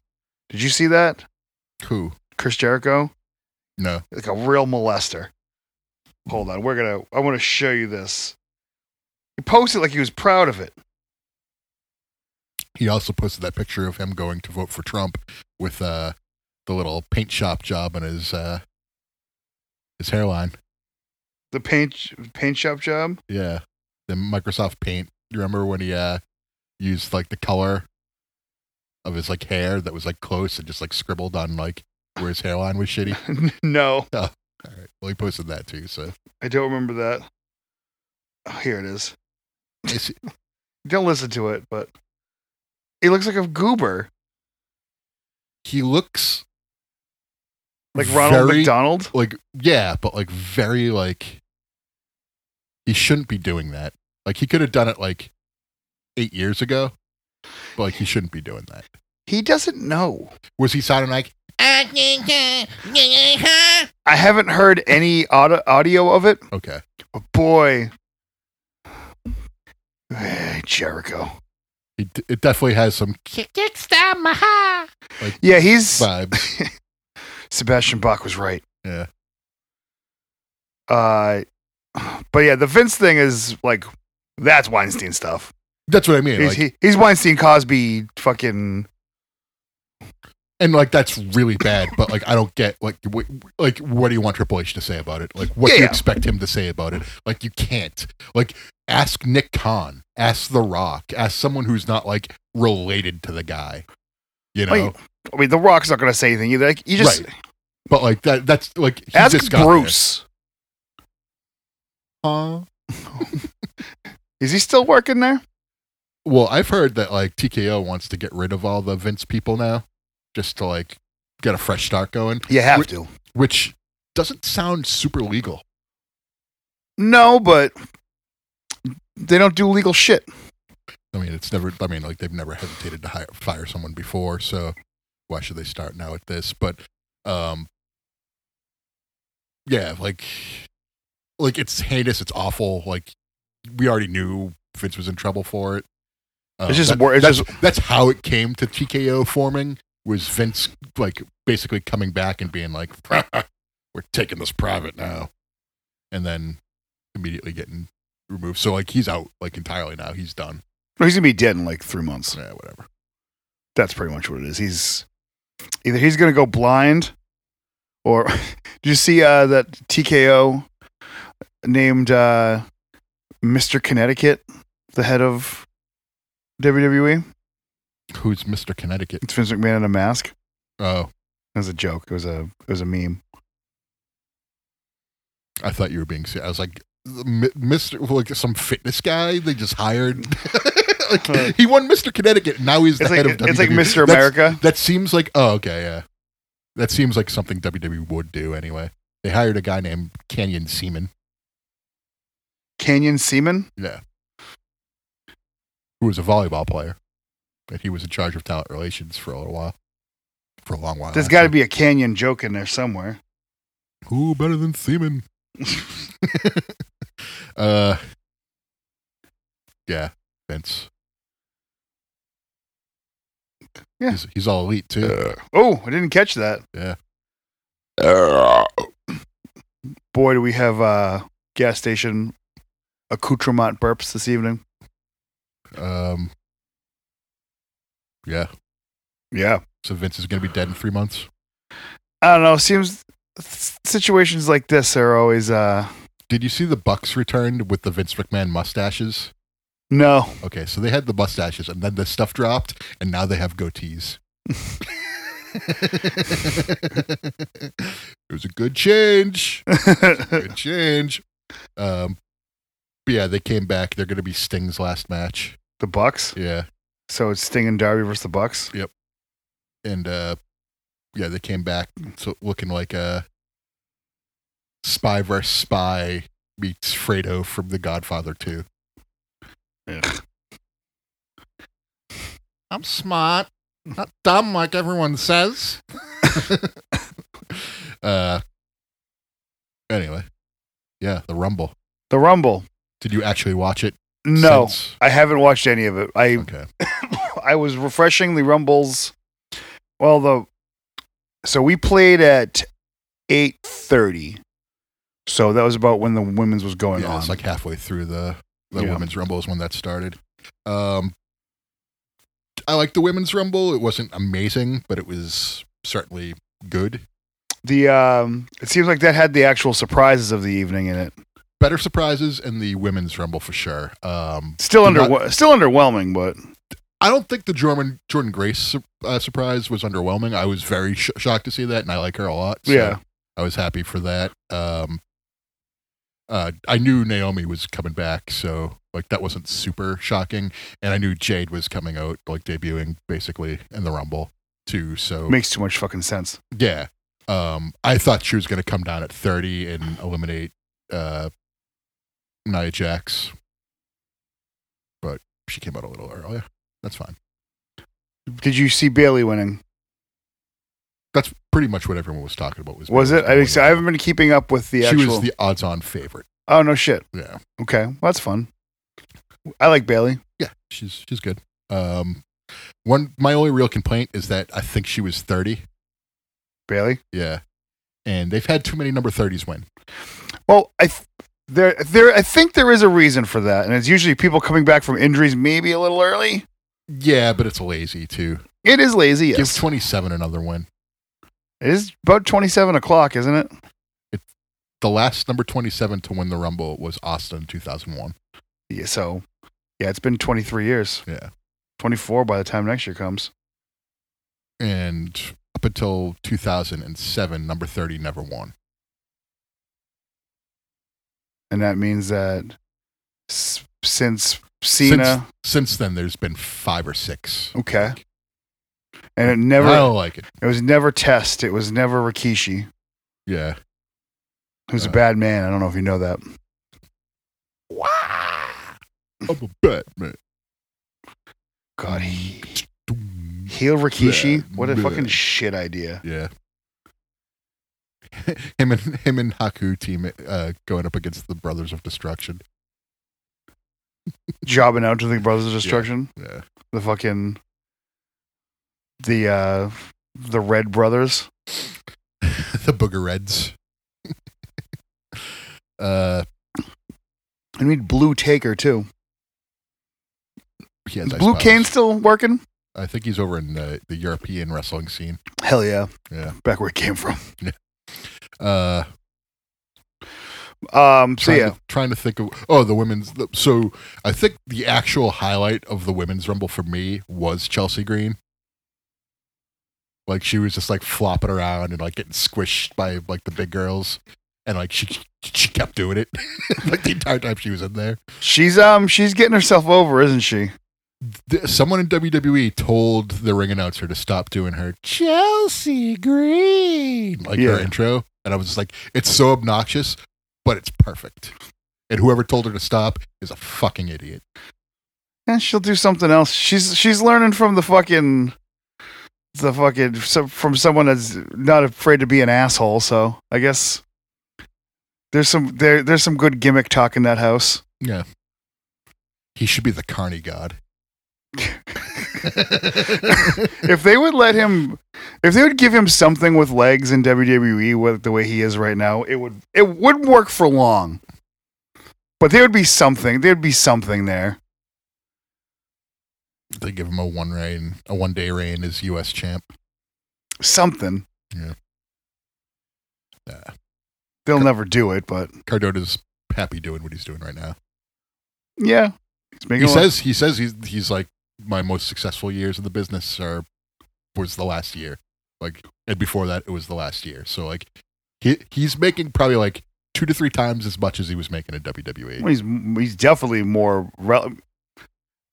[SPEAKER 2] Did you see that?
[SPEAKER 3] Who?
[SPEAKER 2] Chris Jericho?
[SPEAKER 3] No.
[SPEAKER 2] Like a real molester. Hold on, we're gonna I wanna show you this. He posted like he was proud of it.
[SPEAKER 3] he also posted that picture of him going to vote for Trump with uh, the little paint shop job on his uh, his hairline.
[SPEAKER 2] The paint paint shop job.
[SPEAKER 3] Yeah, the Microsoft Paint. You remember when he uh, used like the color of his like hair that was like close and just like scribbled on like where his hairline was shitty.
[SPEAKER 2] no,
[SPEAKER 3] All right, well he posted that too. So
[SPEAKER 2] I don't remember that. Oh, here it is.
[SPEAKER 3] Is he-
[SPEAKER 2] Don't listen to it, but he looks like a goober.
[SPEAKER 3] he looks
[SPEAKER 2] Like Ronald
[SPEAKER 3] very-
[SPEAKER 2] McDonald.
[SPEAKER 3] like yeah, but like very like he shouldn't be doing that. Like he could have done it like eight years ago, but like he shouldn't be doing that.
[SPEAKER 2] He doesn't know.
[SPEAKER 3] Was he sounding like
[SPEAKER 4] It's
[SPEAKER 2] I haven't heard any audio, audio of it,
[SPEAKER 3] Okay.
[SPEAKER 2] but boy, Eh, Jericho.
[SPEAKER 3] It, it definitely has some
[SPEAKER 4] that Maha.
[SPEAKER 2] Yeah, he's
[SPEAKER 3] vibes.
[SPEAKER 2] Sebastian Bach was right.
[SPEAKER 3] Yeah.
[SPEAKER 2] Uh, but yeah, the Vince thing is like that's Weinstein stuff.
[SPEAKER 3] That's what I mean.
[SPEAKER 2] he's,
[SPEAKER 3] like-
[SPEAKER 2] he, he's Weinstein, Cosby, fucking.
[SPEAKER 3] and like that's really bad. But like, I don't get like what, like what do you want Triple H to say about it? Like, what do
[SPEAKER 2] Yeah.
[SPEAKER 3] you expect him to say about it? Like, you can't. Like, ask Nick Khan, ask The Rock, ask someone who's not like related to the guy. You know,
[SPEAKER 2] Like, I mean, The Rock's not gonna say anything either. Like, you just
[SPEAKER 3] Right. but like that. That's like he
[SPEAKER 2] ask
[SPEAKER 3] just got
[SPEAKER 2] Bruce.
[SPEAKER 3] there. Huh?
[SPEAKER 2] Is he still working there?
[SPEAKER 3] Well, I've heard that like TKO wants to get rid of all the Vince people now, just to like get a fresh start going,
[SPEAKER 2] You have
[SPEAKER 3] Wait.
[SPEAKER 2] to.
[SPEAKER 3] which doesn't sound super legal.
[SPEAKER 2] No, but they don't do legal shit.
[SPEAKER 3] I mean, it's never. I mean, like they've never hesitated to hire, fire someone before, so why should they start now at this? But, um, yeah, like, like it's heinous. It's awful. Like we already knew Vince was in trouble for it. Um,
[SPEAKER 2] It's just
[SPEAKER 3] that-
[SPEAKER 2] wor- it's
[SPEAKER 3] that's, that's how it came to TKO forming. Was Vince like basically coming back and being like, "We're taking this private now," and then immediately getting removed. So like he's out like entirely now. He's done.
[SPEAKER 2] No, he's gonna be dead in like three months.
[SPEAKER 3] Yeah, whatever.
[SPEAKER 2] That's pretty much what it is. He's either he's gonna go blind, or do you see uh, that TKO named uh, Mister Connecticut the head of WWE?
[SPEAKER 3] Who's Mr. Connecticut?
[SPEAKER 2] It's Vince McMahon in a mask.
[SPEAKER 3] Oh,
[SPEAKER 2] It was a joke. It was a it was a meme.
[SPEAKER 3] I thought you were being serious. I was like, "M- Mr. Like some fitness guy they just hired. like
[SPEAKER 2] Huh.
[SPEAKER 3] he won Mr. Connecticut. and Now he's the
[SPEAKER 2] It's like
[SPEAKER 3] head of E. WWE.
[SPEAKER 2] it's like Mister
[SPEAKER 3] That's-
[SPEAKER 2] America.
[SPEAKER 3] That seems like oh okay yeah. That seems like something WWE would do anyway. They hired a guy named Canyon Seaman,
[SPEAKER 2] Canyon Seaman.
[SPEAKER 3] who was a volleyball player, and he was in charge of talent relations for a little while, for a long while.
[SPEAKER 2] There's got to be a canyon joke in there somewhere.
[SPEAKER 3] who better than Seaman. uh, yeah, Vince.
[SPEAKER 2] Yeah.
[SPEAKER 3] he's, he's all elite too.
[SPEAKER 2] Oh, I didn't catch that.
[SPEAKER 3] Yeah.
[SPEAKER 2] Boy, do we have uh, gas station accoutrement burps this evening.
[SPEAKER 3] Um, yeah.
[SPEAKER 2] Yeah.
[SPEAKER 3] So Vince is gonna be dead in three months.
[SPEAKER 2] I don't know. Seems s- situations like this are always uh
[SPEAKER 3] Did you see the Bucks returned with the Vince McMahon mustaches?
[SPEAKER 2] no.
[SPEAKER 3] Okay, so they had the mustaches, and then the stuff dropped, and now they have goatees. it was a good change. good change. Um, but yeah, they came back. They're going to be Sting's last match.
[SPEAKER 2] the Bucks.
[SPEAKER 3] Yeah,
[SPEAKER 2] So it's Sting and Darby versus the Bucks.
[SPEAKER 3] and uh, yeah, they came back so looking like a spy versus spy meets Fredo from The Godfather Two. I'm smart, not dumb like everyone says. uh, anyway, yeah, the Rumble.
[SPEAKER 2] The Rumble.
[SPEAKER 3] Did you actually watch it?
[SPEAKER 2] No.
[SPEAKER 3] since?
[SPEAKER 2] I haven't watched any of it. I
[SPEAKER 3] Okay.
[SPEAKER 2] I was refreshing the Rumbles. Well, the so we played at eight thirty, so that was about when the women's was going
[SPEAKER 3] yeah,
[SPEAKER 2] on.
[SPEAKER 3] it's like halfway through the the
[SPEAKER 2] Yeah.
[SPEAKER 3] women's rumble is when that started. Um, I like the women's rumble. It wasn't amazing, but it was certainly good.
[SPEAKER 2] the um, it seems like that had the actual surprises of the evening in it.
[SPEAKER 3] Better surprises in the women's rumble for sure. Um,
[SPEAKER 2] Still
[SPEAKER 3] Did
[SPEAKER 2] under
[SPEAKER 3] not-
[SPEAKER 2] still underwhelming, but
[SPEAKER 3] I don't think the Jordan Jordan Grace su- uh, surprise was underwhelming. I was very sh- shocked to see that, and I like her a lot. so
[SPEAKER 2] Yeah.
[SPEAKER 3] I was happy for that. Um, uh, I knew Naomi was coming back, so like that wasn't super shocking, and I knew Jade was coming out, like debuting basically in the Rumble too. So
[SPEAKER 2] makes too much fucking sense.
[SPEAKER 3] yeah, um, I thought she was going to come down at thirty and eliminate uh, Nia Jax, but she came out a little earlier. That's fine.
[SPEAKER 2] Did you see Bailey winning?
[SPEAKER 3] That's pretty much what everyone was talking about. Was
[SPEAKER 2] Was it? I,
[SPEAKER 3] Marilyn
[SPEAKER 2] think so. I haven't been keeping up with the
[SPEAKER 3] Monroe.
[SPEAKER 2] actual.
[SPEAKER 3] she was the odds-on favorite.
[SPEAKER 2] oh no shit.
[SPEAKER 3] Yeah,
[SPEAKER 2] Okay, well, that's fun. I like Bailey.
[SPEAKER 3] yeah, she's she's good. Um, one my only real complaint is that I think she was thirty.
[SPEAKER 2] Bailey.
[SPEAKER 3] Yeah, and they've had too many number thirties win.
[SPEAKER 2] Well, I th- there there I think there is a reason for that, and it's usually people coming back from injuries maybe a little early.
[SPEAKER 3] Yeah, but it's lazy too.
[SPEAKER 2] It is lazy. Yes,
[SPEAKER 3] Give twenty-seven another win.
[SPEAKER 2] it is about twenty seven o'clock, isn't it?
[SPEAKER 3] The last number twenty-seven to win the Rumble was Austin two thousand one.
[SPEAKER 2] Yeah. So, yeah, it's been twenty three years.
[SPEAKER 3] Yeah.
[SPEAKER 2] twenty four by the time next year comes.
[SPEAKER 3] and up until 2007, number 30 never won.
[SPEAKER 2] and that means that s- since Cena,
[SPEAKER 3] Since then, there's been five or six.
[SPEAKER 2] okay, and it
[SPEAKER 3] I
[SPEAKER 2] never
[SPEAKER 3] don't like it.
[SPEAKER 2] it was never Test, it was never Rikishi,
[SPEAKER 3] Yeah,
[SPEAKER 2] who's a
[SPEAKER 3] Uh.
[SPEAKER 2] bad man. I don't know if you know that.
[SPEAKER 3] I'm a Batman.
[SPEAKER 2] God, he heal Rikishi.
[SPEAKER 3] Bleh,
[SPEAKER 2] What a
[SPEAKER 3] bleh.
[SPEAKER 2] fucking shit idea.
[SPEAKER 3] Yeah. him and him and Haku team uh, going up against the Brothers of Destruction.
[SPEAKER 2] Jobbing out to the Brothers of Destruction,
[SPEAKER 3] Yeah,
[SPEAKER 2] the fucking the uh the Red Brothers.
[SPEAKER 3] the Booger Reds. uh,
[SPEAKER 2] I need Blue Taker too.
[SPEAKER 3] he has
[SPEAKER 2] Is
[SPEAKER 3] ice
[SPEAKER 2] Blue
[SPEAKER 3] powers.
[SPEAKER 2] Kane still working?
[SPEAKER 3] I think he's over in the, the European wrestling scene.
[SPEAKER 2] Hell yeah.
[SPEAKER 3] Yeah.
[SPEAKER 2] Back where it came from.
[SPEAKER 3] Uh,
[SPEAKER 2] Um so
[SPEAKER 3] trying
[SPEAKER 2] yeah.
[SPEAKER 3] to, trying to think of oh the women's the, so i think the actual highlight of the women's rumble for me was chelsea green like she was just like flopping around and like getting squished by like the big girls and like she she kept doing it like the entire time she was in there
[SPEAKER 2] She's um she's getting herself over, isn't she?
[SPEAKER 3] Th- someone in wwe told the ring announcer to stop doing her chelsea green like
[SPEAKER 2] Yeah.
[SPEAKER 3] her intro and i was just like it's so obnoxious but it's perfect and whoever told her to stop is a fucking idiot
[SPEAKER 2] And Eh, she'll do something else. She's she's learning from the fucking the fucking so- from someone that's not afraid to be an asshole. So I guess there's some there there's some good gimmick talk in that house.
[SPEAKER 3] He should be the carny god.
[SPEAKER 2] If they would let him, if they would give him something with legs in WWE with the way he is right now, it would it would work for long. But there would be something. There'd be something there.
[SPEAKER 3] they give him a one reign, a one day reign as U.S. champ.
[SPEAKER 2] Something.
[SPEAKER 3] Uh,
[SPEAKER 2] They'll never do it, but
[SPEAKER 3] Cardona's happy doing what he's doing right now.
[SPEAKER 2] yeah. He's making
[SPEAKER 3] He
[SPEAKER 2] a lot-
[SPEAKER 3] says he says he's he's like my most successful years in the business are was the last year, like and before that it was the last year. So like he he's making probably like two to three times as much as he was making in E. WWE.
[SPEAKER 2] Well, he's he's definitely more. Rel-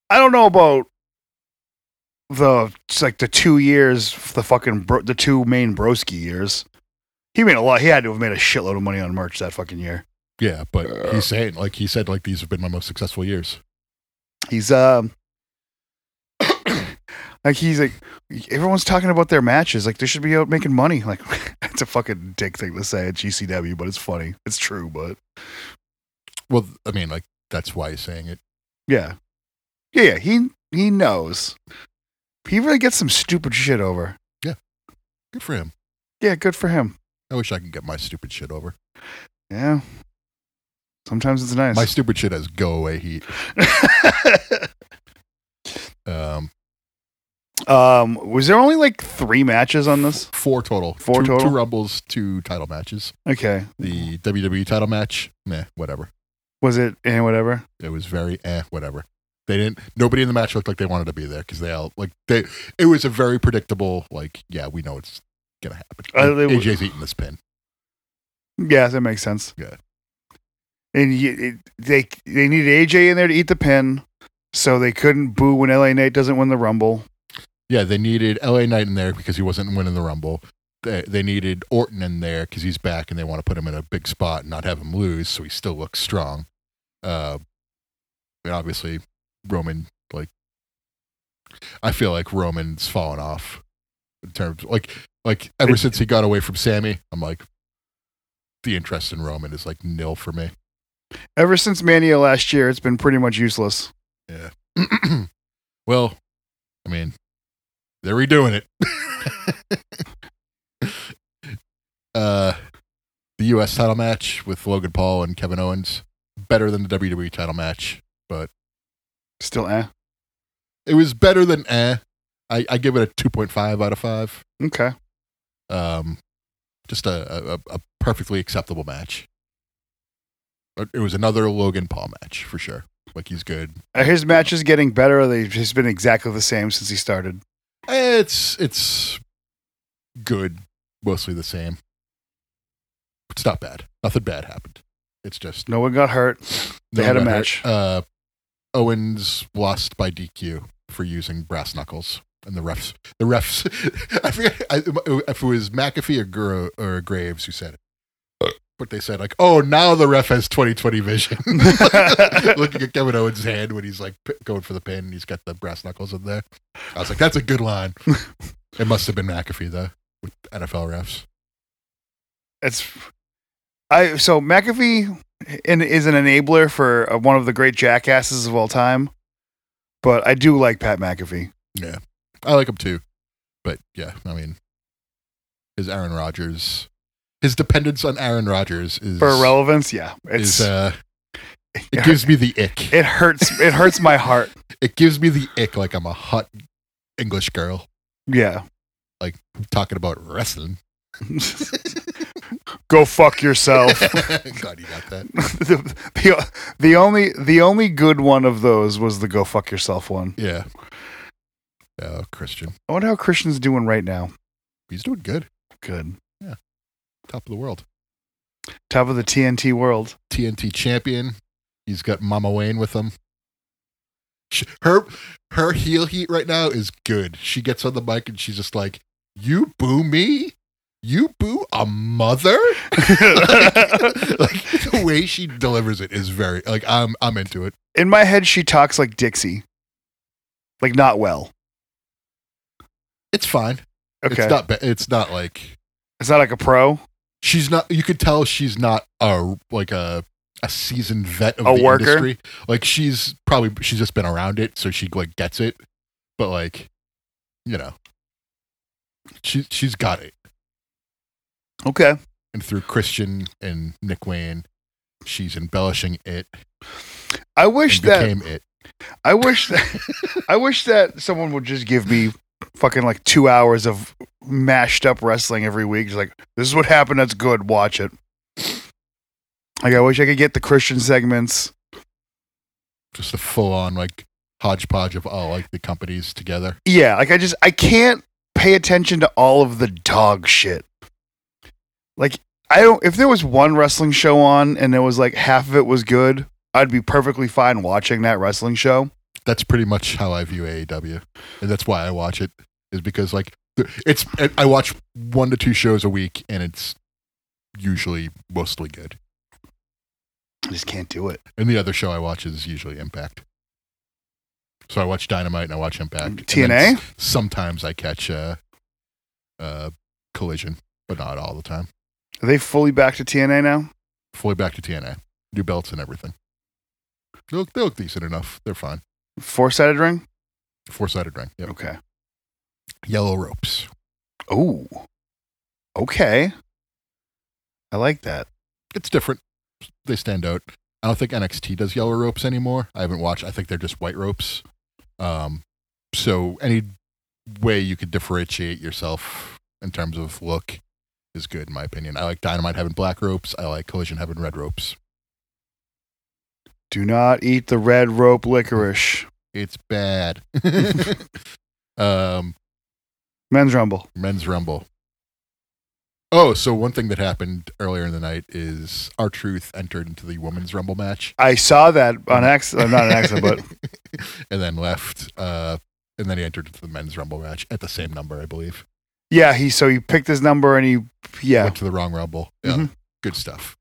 [SPEAKER 2] I don't know about the it's like the two years, the fucking bro- the two main Broski years. He made a lot. He had to have made a shitload of money on merch that fucking year.
[SPEAKER 3] Yeah, but he's saying like he said like these have been my most successful years.
[SPEAKER 2] He's um, like he's like everyone's talking about their matches. Like they should be out making money. Like it's a fucking dick thing to say at GCW, but it's funny. It's true, but
[SPEAKER 3] Well, I mean like that's why he's saying it.
[SPEAKER 2] Yeah. Yeah, yeah. He he knows. He really gets some stupid shit over.
[SPEAKER 3] Good for him.
[SPEAKER 2] Yeah, good for him.
[SPEAKER 3] I wish I could get my stupid shit over.
[SPEAKER 2] Yeah. Sometimes it's nice.
[SPEAKER 3] My stupid shit has go away heat. Um,
[SPEAKER 2] um, was there only like three matches on this?
[SPEAKER 3] f- four total.
[SPEAKER 2] Four
[SPEAKER 3] Two-
[SPEAKER 2] total?
[SPEAKER 3] Two rumbles, two title matches.
[SPEAKER 2] Okay.
[SPEAKER 3] The WWE title match, meh, whatever.
[SPEAKER 2] Was it and whatever?
[SPEAKER 3] It was very eh, whatever. They didn't. Nobody in the match looked like they wanted to be there because they all like they. It was a very predictable. Like, yeah, we know it's gonna happen.
[SPEAKER 2] Uh, they w-
[SPEAKER 3] AJ's eating this pin.
[SPEAKER 2] Yeah, that makes sense.
[SPEAKER 3] Yeah.
[SPEAKER 2] And you, it, they they needed AJ in there to eat the pin, so they couldn't boo when LA Knight doesn't win the Rumble.
[SPEAKER 3] Yeah, they needed LA Knight in there because he wasn't winning the rumble. They, they needed Orton in there because he's back and they want to put him in a big spot and not have him lose so he still looks strong. Uh, and obviously, Roman like I feel like Roman's fallen off in terms like like, Like ever since he got away from Sammy, I'm like, the interest in Roman is like nil for me.
[SPEAKER 2] Ever since Mania last year, it's been pretty much useless.
[SPEAKER 3] well, I mean, they're redoing it. uh, the U.S. title match with Logan Paul and Kevin Owens better than the WWE title match, but
[SPEAKER 2] Still, eh.
[SPEAKER 3] it was better than eh. I, I give it a 2.5 out of five.
[SPEAKER 2] Okay.
[SPEAKER 3] Um, just a, a a perfectly acceptable match. But It was another Logan Paul match for sure. Like he's good.
[SPEAKER 2] Are Uh, his matches getting better? Or they he's been exactly the same since he started.
[SPEAKER 3] It's it's good, mostly the same. It's not bad. Nothing bad happened. It's just
[SPEAKER 2] No one got hurt. They
[SPEAKER 3] no
[SPEAKER 2] had a
[SPEAKER 3] matter-
[SPEAKER 2] match.
[SPEAKER 3] Uh, Owens lost by DQ for using brass knuckles, and the refs. The refs. I forget I, if it was McAfee or, Gura, or Graves who said it, but they said like, "Oh, now the ref has 20/20 vision." Looking at Kevin Owens' hand when he's like p- going for the pin, and he's got the brass knuckles in there. I was like, "That's a good line." it must have been McAfee though, with NFL refs.
[SPEAKER 2] it's I so McAfee in, is an enabler for uh, one of the great jackasses of all time, but I do like Pat McAfee.
[SPEAKER 3] I like him too, but yeah, I mean, his Aaron Rodgers, his dependence on Aaron Rodgers is
[SPEAKER 2] For relevance, yeah,
[SPEAKER 3] is
[SPEAKER 2] it's
[SPEAKER 3] uh, it
[SPEAKER 2] it,
[SPEAKER 3] gives me the ick.
[SPEAKER 2] it hurts. It hurts my heart.
[SPEAKER 3] It gives me the ick. Like I'm a hot English girl
[SPEAKER 2] Yeah,
[SPEAKER 3] talking about wrestling.
[SPEAKER 2] go fuck yourself.
[SPEAKER 3] God, you got that.
[SPEAKER 2] the, the, the only the only good one of those was the go fuck yourself one.
[SPEAKER 3] Yeah. Oh, Christian,
[SPEAKER 2] I wonder how Christian's doing right now.
[SPEAKER 3] he's doing good.
[SPEAKER 2] Good.
[SPEAKER 3] Top of the world.
[SPEAKER 2] Top of the TNT world.
[SPEAKER 3] TNT champion. He's got Mama Wayne with him. Sh her her heel heat right now is good. She gets on the mic and she's just like, "You boo me? You boo a mother?" like the way she delivers it is very like I'm I'm into it.
[SPEAKER 2] In my head, she talks like Dixie. Like not well.
[SPEAKER 3] It's fine.
[SPEAKER 2] Okay.
[SPEAKER 3] It's not ba- it's not like
[SPEAKER 2] It's not like a pro,
[SPEAKER 3] she's not you could tell she's not a like a a seasoned vet of
[SPEAKER 2] A
[SPEAKER 3] the
[SPEAKER 2] worker?
[SPEAKER 3] industry like she's probably she's just been around it so she like gets it but like you know she she's got it
[SPEAKER 2] okay?
[SPEAKER 3] and through christian and nick wayne she's embellishing it
[SPEAKER 2] I wish
[SPEAKER 3] and
[SPEAKER 2] that
[SPEAKER 3] became it
[SPEAKER 2] I wish that I wish that someone would just give me fucking like two hours of mashed up wrestling every week. Just like this is what happened. That's good. Watch it. Like I wish I could get the Christian segments.
[SPEAKER 3] just a full-on like hodgepodge of all like the companies together
[SPEAKER 2] Yeah, like I just I can't pay attention to all of the dog shit. Like I don't if there was one wrestling show on and it was like half of it was good, I'd be perfectly fine watching that wrestling show.
[SPEAKER 3] that's pretty much how i view aew and that's why i watch it is because like it's i watch one to two shows a week and it's usually mostly good
[SPEAKER 2] I just can't do it.
[SPEAKER 3] and the other show i watch is usually impact so i watch dynamite and i watch impact And then
[SPEAKER 2] TNA?
[SPEAKER 3] s- sometimes i catch uh uh collision but not all the time
[SPEAKER 2] Are they fully back to TNA now?
[SPEAKER 3] fully back to tna new belts and everything they look, they look decent enough they're fine
[SPEAKER 2] Four sided ring?
[SPEAKER 3] four-sided ring yep.
[SPEAKER 2] Okay.
[SPEAKER 3] yellow ropes
[SPEAKER 2] Oh. Okay. I like that.
[SPEAKER 3] it's different. They stand out. I don't think NXT does yellow ropes anymore. I haven't watched. I think they're just white ropes. Um, so any way you could differentiate yourself in terms of look is good in my opinion. I like Dynamite having black ropes. I like Collision having red ropes.
[SPEAKER 2] Do not eat the red rope licorice.
[SPEAKER 3] It's bad. um,
[SPEAKER 2] Men's Rumble.
[SPEAKER 3] Men's Rumble. Oh, so one thing that happened earlier in the night is our truth entered into the women's Rumble match.
[SPEAKER 2] I saw that on accident, Uh, not an accident, but
[SPEAKER 3] and then left. Uh, and then he entered into the men's rumble match at the same number, I believe.
[SPEAKER 2] yeah, he so he picked his number and he yeah.
[SPEAKER 3] Went to the wrong rumble. Yeah,
[SPEAKER 2] Mhm.
[SPEAKER 3] good stuff.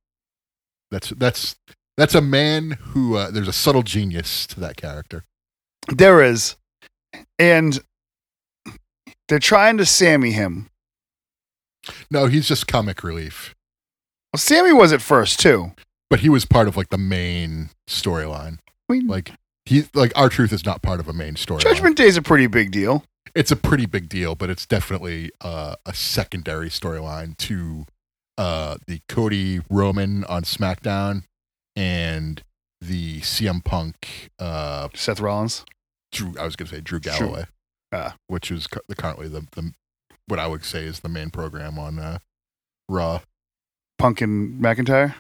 [SPEAKER 3] That's that's that's a man who uh, there's a subtle genius to that character.
[SPEAKER 2] There is. And they're trying to Sammy him.
[SPEAKER 3] No, he's just comic relief,
[SPEAKER 2] Well, Sammy was at first too.
[SPEAKER 3] but he was part of like the main storyline.
[SPEAKER 2] I mean,
[SPEAKER 3] Like he, like our truth is not part of a main storyline.
[SPEAKER 2] Hmm. Judgment Day's a pretty big deal.
[SPEAKER 3] It's a pretty big deal, but it's definitely uh, a secondary storyline to uh, the Cody Roman on SmackDown and the CM Punk. Uh,
[SPEAKER 2] Seth Rollins.
[SPEAKER 3] Drew, I was going to say Drew
[SPEAKER 2] Drew.
[SPEAKER 3] Galloway,
[SPEAKER 2] Ah.
[SPEAKER 3] which is cu- the, currently the, the what I would say is the main program on uh, Raw.
[SPEAKER 2] Punk and McIntyre.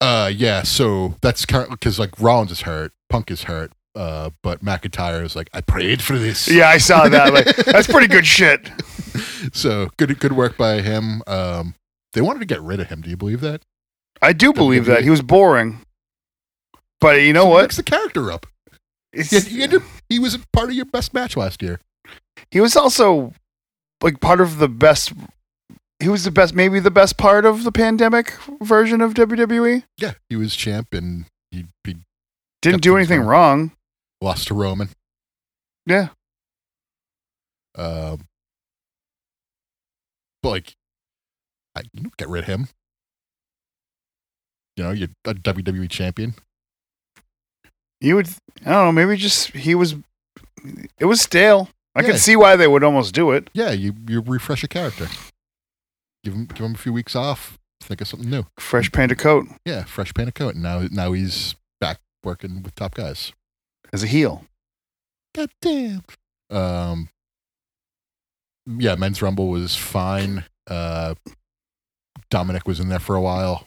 [SPEAKER 3] Uh, yeah. So that's currently because like Rollins is hurt, Punk is hurt, uh, but McIntyre is like, I prayed for this.
[SPEAKER 2] Yeah, I saw that. Like, that's pretty good shit.
[SPEAKER 3] So good, good work by him. Um, they wanted to get rid of him. Do you believe that?
[SPEAKER 2] I do believe that he was boring, but you know
[SPEAKER 3] So
[SPEAKER 2] what?
[SPEAKER 3] Mix the character up. He,
[SPEAKER 2] It's-
[SPEAKER 3] had- he, had to- he was part of your best match last year.
[SPEAKER 2] he was also like part of the best. He was the best, maybe the best part of the pandemic version of WWE.
[SPEAKER 3] Yeah, he was champ and he, he
[SPEAKER 2] Didn't
[SPEAKER 3] Kept
[SPEAKER 2] do
[SPEAKER 3] things
[SPEAKER 2] anything
[SPEAKER 3] going.
[SPEAKER 2] wrong.
[SPEAKER 3] lost to Roman.
[SPEAKER 2] Yeah,
[SPEAKER 3] Um, but like, I, you don't get rid of him. You know, you're a WWE champion.
[SPEAKER 2] you would. I don't know. Maybe just he was. It was stale. I
[SPEAKER 3] Yeah.
[SPEAKER 2] could see why they would almost do it.
[SPEAKER 3] Yeah, you you refresh your character. Give him give him a few weeks off. Think of something new.
[SPEAKER 2] Fresh painted coat
[SPEAKER 3] Yeah, fresh paint of coat. And now now he's back working with top guys.
[SPEAKER 2] as a heel.
[SPEAKER 3] God damn. Um. Yeah, men's rumble was fine. Uh, Dominic was in there for a while.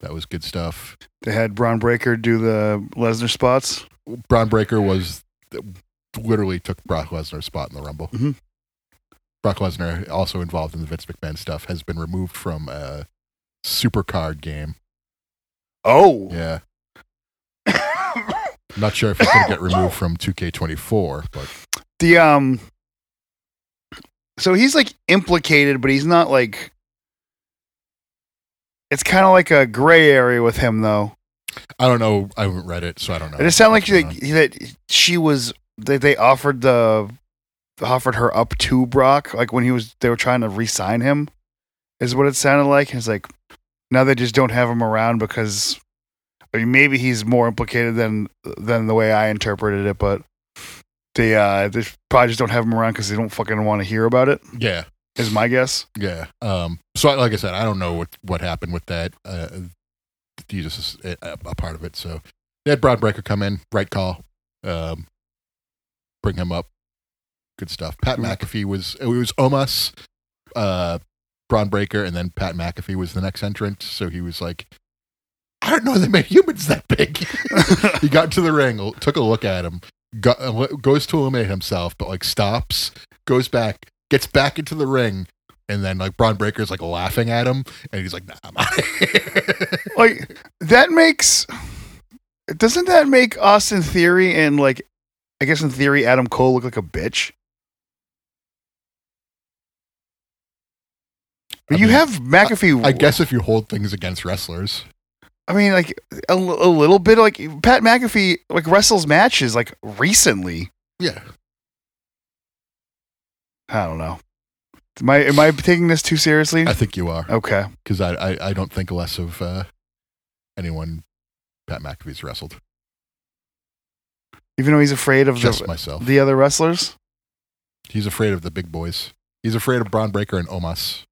[SPEAKER 3] That was good stuff.
[SPEAKER 2] They had Braun Breaker do the Lesnar spots.
[SPEAKER 3] Braun Breaker was literally took Brock Lesnar's spot in the Rumble.
[SPEAKER 2] Mhm.
[SPEAKER 3] Brock Lesnar, also involved in the Vince McMahon stuff, has been removed from a supercard game.
[SPEAKER 2] Oh,
[SPEAKER 3] Yeah, not sure if he's going to get removed from 2K24, but
[SPEAKER 2] the um so he's like implicated but he's not like it's kind of like a gray area with him though
[SPEAKER 3] I don't know. I haven't read it, so I don't know.
[SPEAKER 2] it just sounded like
[SPEAKER 3] what's
[SPEAKER 2] she,
[SPEAKER 3] going on.
[SPEAKER 2] that she was that they offered the offered her up to brock like when he was they were trying to re-sign him is what it sounded like and it's like now they just don't have him around because I mean, maybe he's more implicated than than the way I interpreted it, but they uh, they probably just don't have him around because they don't fucking want to hear about it.
[SPEAKER 3] yeah,
[SPEAKER 2] Is my guess.
[SPEAKER 3] yeah. Um, so I- like I said, I don't know what what happened with that. Uh, he just is a, a- a part of it. So they had Braun Breaker come in, right call, um, bring him up. Good stuff. Pat
[SPEAKER 2] Mhm.
[SPEAKER 3] McAfee was it was Omas, uh, Braun Breaker, and then Pat McAfee was the next entrant. So he was like, I don't know, they made humans that big. he got into the ring, l- took a look at him, got, uh, goes to eliminate himself, but like stops, goes back, gets back into the ring. And then like Braun Breaker's like laughing at him, and he's like, "Nah, I'm out of here."
[SPEAKER 2] Like that makes doesn't that make Austin Theory and like I guess in theory Adam Cole look like a bitch.
[SPEAKER 3] I
[SPEAKER 2] you
[SPEAKER 3] mean,
[SPEAKER 2] have McAfee.
[SPEAKER 3] I guess if you hold things against wrestlers,
[SPEAKER 2] I mean, like a, l- a little bit. Like Pat McAfee, like wrestles matches like recently.
[SPEAKER 3] yeah,
[SPEAKER 2] I don't know. Am I am I taking this too seriously?
[SPEAKER 3] I think you are
[SPEAKER 2] Okay.
[SPEAKER 3] because I, I I don't think less of uh, anyone Pat McAfee's wrestled.
[SPEAKER 2] Even though he's afraid of
[SPEAKER 3] Just
[SPEAKER 2] the
[SPEAKER 3] myself.
[SPEAKER 2] the other wrestlers.
[SPEAKER 3] He's afraid of the big boys. He's afraid of Braun Breaker and Omas.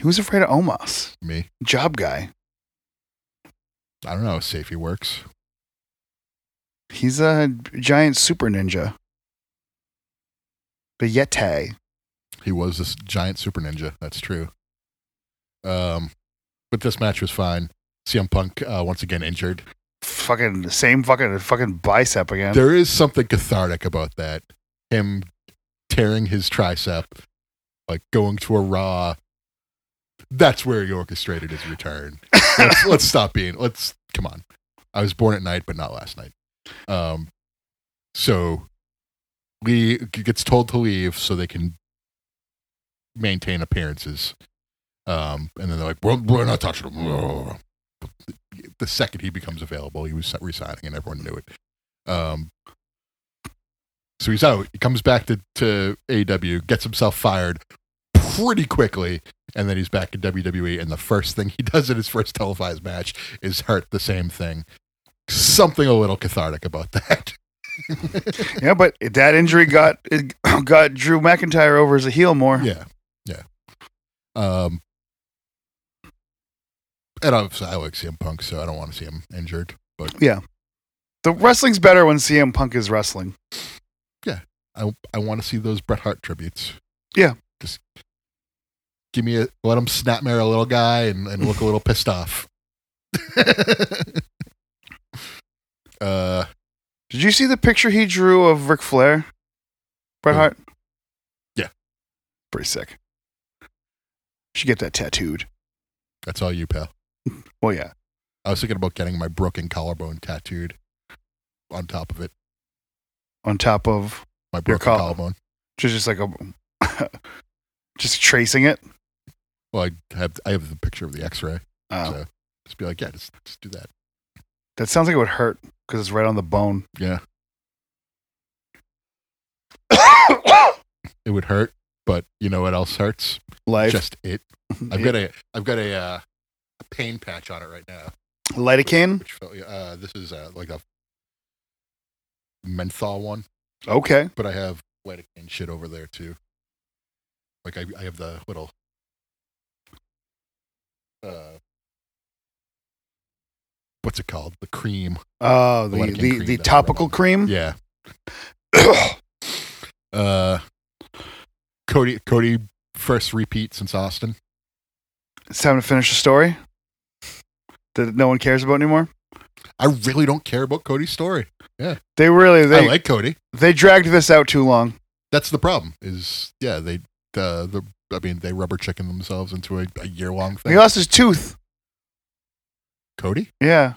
[SPEAKER 2] Who's afraid of Omos?
[SPEAKER 3] Me,
[SPEAKER 2] Job guy.
[SPEAKER 3] I don't know how safe he works.
[SPEAKER 2] He's a giant super ninja. The Yeti.
[SPEAKER 3] He was this giant super ninja. That's true. Um, but this match was fine. CM Punk uh, once again injured.
[SPEAKER 2] Fucking the same fucking fucking bicep again.
[SPEAKER 3] There is something cathartic about that. Him tearing his tricep, like going to a raw. That's where he orchestrated his return. let's, let's stop being. Let's come on. I was born at night, but not last night. Um, so Lee gets told to leave so they can maintain appearances. Um, and then they're like, "We're, we're not touching him." The second he becomes available, he was resigning, and everyone knew it. Um, so he's out. He comes back to, to AEW, gets E himself fired, pretty quickly, and then he's back in WWE. And the first thing he does in his first televised match is hurt the same thing. Something a little cathartic about that.
[SPEAKER 2] Yeah, but that injury got it got Drew McIntyre over as a heel more.
[SPEAKER 3] Yeah, yeah. Um, and obviously, I like CM Punk, so I don't want to see him injured. But
[SPEAKER 2] The wrestling's better when CM Punk is wrestling.
[SPEAKER 3] I I want to see those Bret Hart tributes.
[SPEAKER 2] Yeah.
[SPEAKER 3] just give me a let him snap marry a little guy and, and look a little pissed off. uh,
[SPEAKER 2] Did you see the picture he drew of Ric Flair? Bret
[SPEAKER 3] No.
[SPEAKER 2] Hart?
[SPEAKER 3] Mm. Yeah.
[SPEAKER 2] Pretty sick. Should get that tattooed.
[SPEAKER 3] that's all you, pal.
[SPEAKER 2] Well, yeah.
[SPEAKER 3] I was thinking about getting my broken collarbone tattooed on top of it.
[SPEAKER 2] On top of
[SPEAKER 3] My broken
[SPEAKER 2] col-
[SPEAKER 3] collarbone.
[SPEAKER 2] just, just like a just tracing it.
[SPEAKER 3] Well, I have I have the picture of the X-ray.
[SPEAKER 2] Uh,
[SPEAKER 3] So just be like, yeah, just, just do that.
[SPEAKER 2] That sounds like it would hurt because it's right on the bone.
[SPEAKER 3] Yeah, it would hurt, but you know what else hurts?
[SPEAKER 2] Life.
[SPEAKER 3] Just it. I've got a I've got a uh, a pain patch on it right now.
[SPEAKER 2] lidocaine.
[SPEAKER 3] Which felt, uh, this is uh, like a menthol one,
[SPEAKER 2] Okay.
[SPEAKER 3] but I have lidocaine shit over there too. Like I, I have the little uh, what's it called? The cream.
[SPEAKER 2] Oh, the
[SPEAKER 3] Lidocaine
[SPEAKER 2] the,
[SPEAKER 3] cream
[SPEAKER 2] the,
[SPEAKER 3] that I
[SPEAKER 2] topical
[SPEAKER 3] rub on.
[SPEAKER 2] cream.
[SPEAKER 3] Yeah. Uh, Cody Cody first repeat since Austin.
[SPEAKER 2] it's time to finish the story that no one cares about anymore.
[SPEAKER 3] I really don't care about Cody's story.
[SPEAKER 2] They really they
[SPEAKER 3] I like Cody.
[SPEAKER 2] they dragged this out too long.
[SPEAKER 3] that's the problem is yeah they uh, the i mean they rubber chicken themselves into a, a year-long thing
[SPEAKER 2] He lost his tooth.
[SPEAKER 3] cody
[SPEAKER 2] Yeah,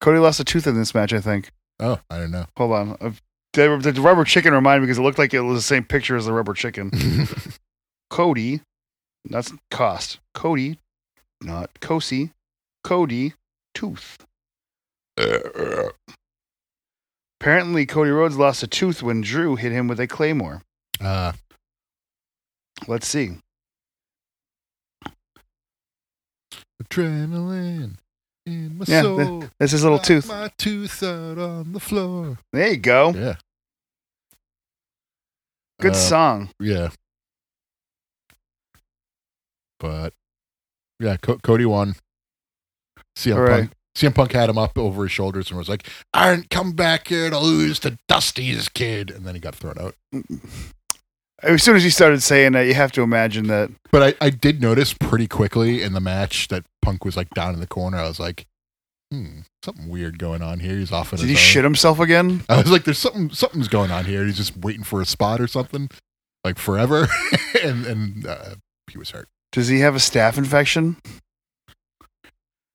[SPEAKER 2] Cody lost a tooth in this match. I think.
[SPEAKER 3] oh i don't know
[SPEAKER 2] Hold on. Uh, The, the rubber chicken reminded me because it looked like it was the same picture as the rubber chicken. Cody, that's cost. Cody, not Cosi. Cody, tooth. Apparently, Cody Rhodes lost a tooth when Drew hit him with a claymore.
[SPEAKER 3] uh
[SPEAKER 2] Let's see.
[SPEAKER 3] adrenaline in my
[SPEAKER 2] Yeah, the
[SPEAKER 3] soul
[SPEAKER 2] That's his little
[SPEAKER 3] Knock
[SPEAKER 2] tooth. Oh.
[SPEAKER 3] my tooth out on the floor
[SPEAKER 2] There you go.
[SPEAKER 3] yeah
[SPEAKER 2] Good
[SPEAKER 3] Uh,
[SPEAKER 2] song.
[SPEAKER 3] yeah but yeah Co- cody won CM
[SPEAKER 2] Hooray.
[SPEAKER 3] Punk. CM Punk had him up over his shoulders and was like, I didn't come back here to lose to Dusty's kid. And then he got thrown out.
[SPEAKER 2] As soon as he started saying that, you have to imagine that.
[SPEAKER 3] But I, I did notice pretty quickly in the match that Punk was like down in the corner. I was like, hmm, something weird going on here. He's off in
[SPEAKER 2] Did
[SPEAKER 3] his
[SPEAKER 2] he
[SPEAKER 3] own.
[SPEAKER 2] shit himself again?
[SPEAKER 3] I was like, there's something something's going on here. He's just waiting for a spot or something, like forever. and and uh, he was hurt.
[SPEAKER 2] Does he have a staph infection?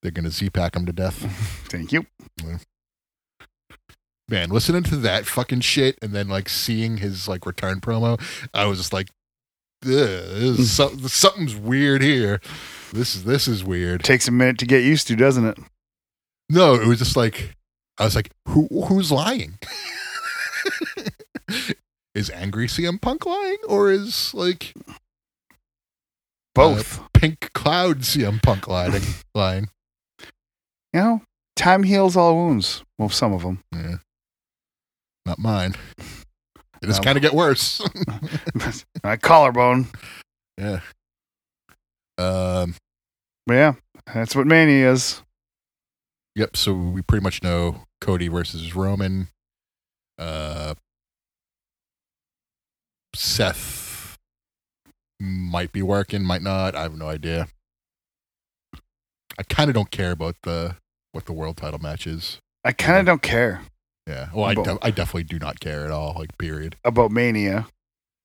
[SPEAKER 3] They're gonna Z pack him to death.
[SPEAKER 2] Thank you.
[SPEAKER 3] Man, listening to that fucking shit and then like seeing his like return promo, I was just like, "Ugh, this is
[SPEAKER 2] Mm.
[SPEAKER 3] so- something's weird here. This is this is weird.
[SPEAKER 2] Takes a minute to get used to, doesn't it?
[SPEAKER 3] No, it was just like I was like, who who's lying? is angry CM Punk lying or is like
[SPEAKER 2] Both.
[SPEAKER 3] pink cloud CM Punk lying? lying.
[SPEAKER 2] you know, time heals all wounds. Well, some of them.
[SPEAKER 3] Yeah. Not mine. It is
[SPEAKER 2] Um,
[SPEAKER 3] kind of get worse.
[SPEAKER 2] My collarbone.
[SPEAKER 3] yeah. Um.
[SPEAKER 2] But yeah, that's what Mania is.
[SPEAKER 3] Yep. So we pretty much know Cody versus Roman. Uh. Seth might be working, might not. I have no idea. I kind of don't care about the what the world title match is.
[SPEAKER 2] I kind of don't care
[SPEAKER 3] Yeah. Well, I,
[SPEAKER 2] But-
[SPEAKER 3] de- I definitely do not care at all. Like, period.
[SPEAKER 2] about Mania.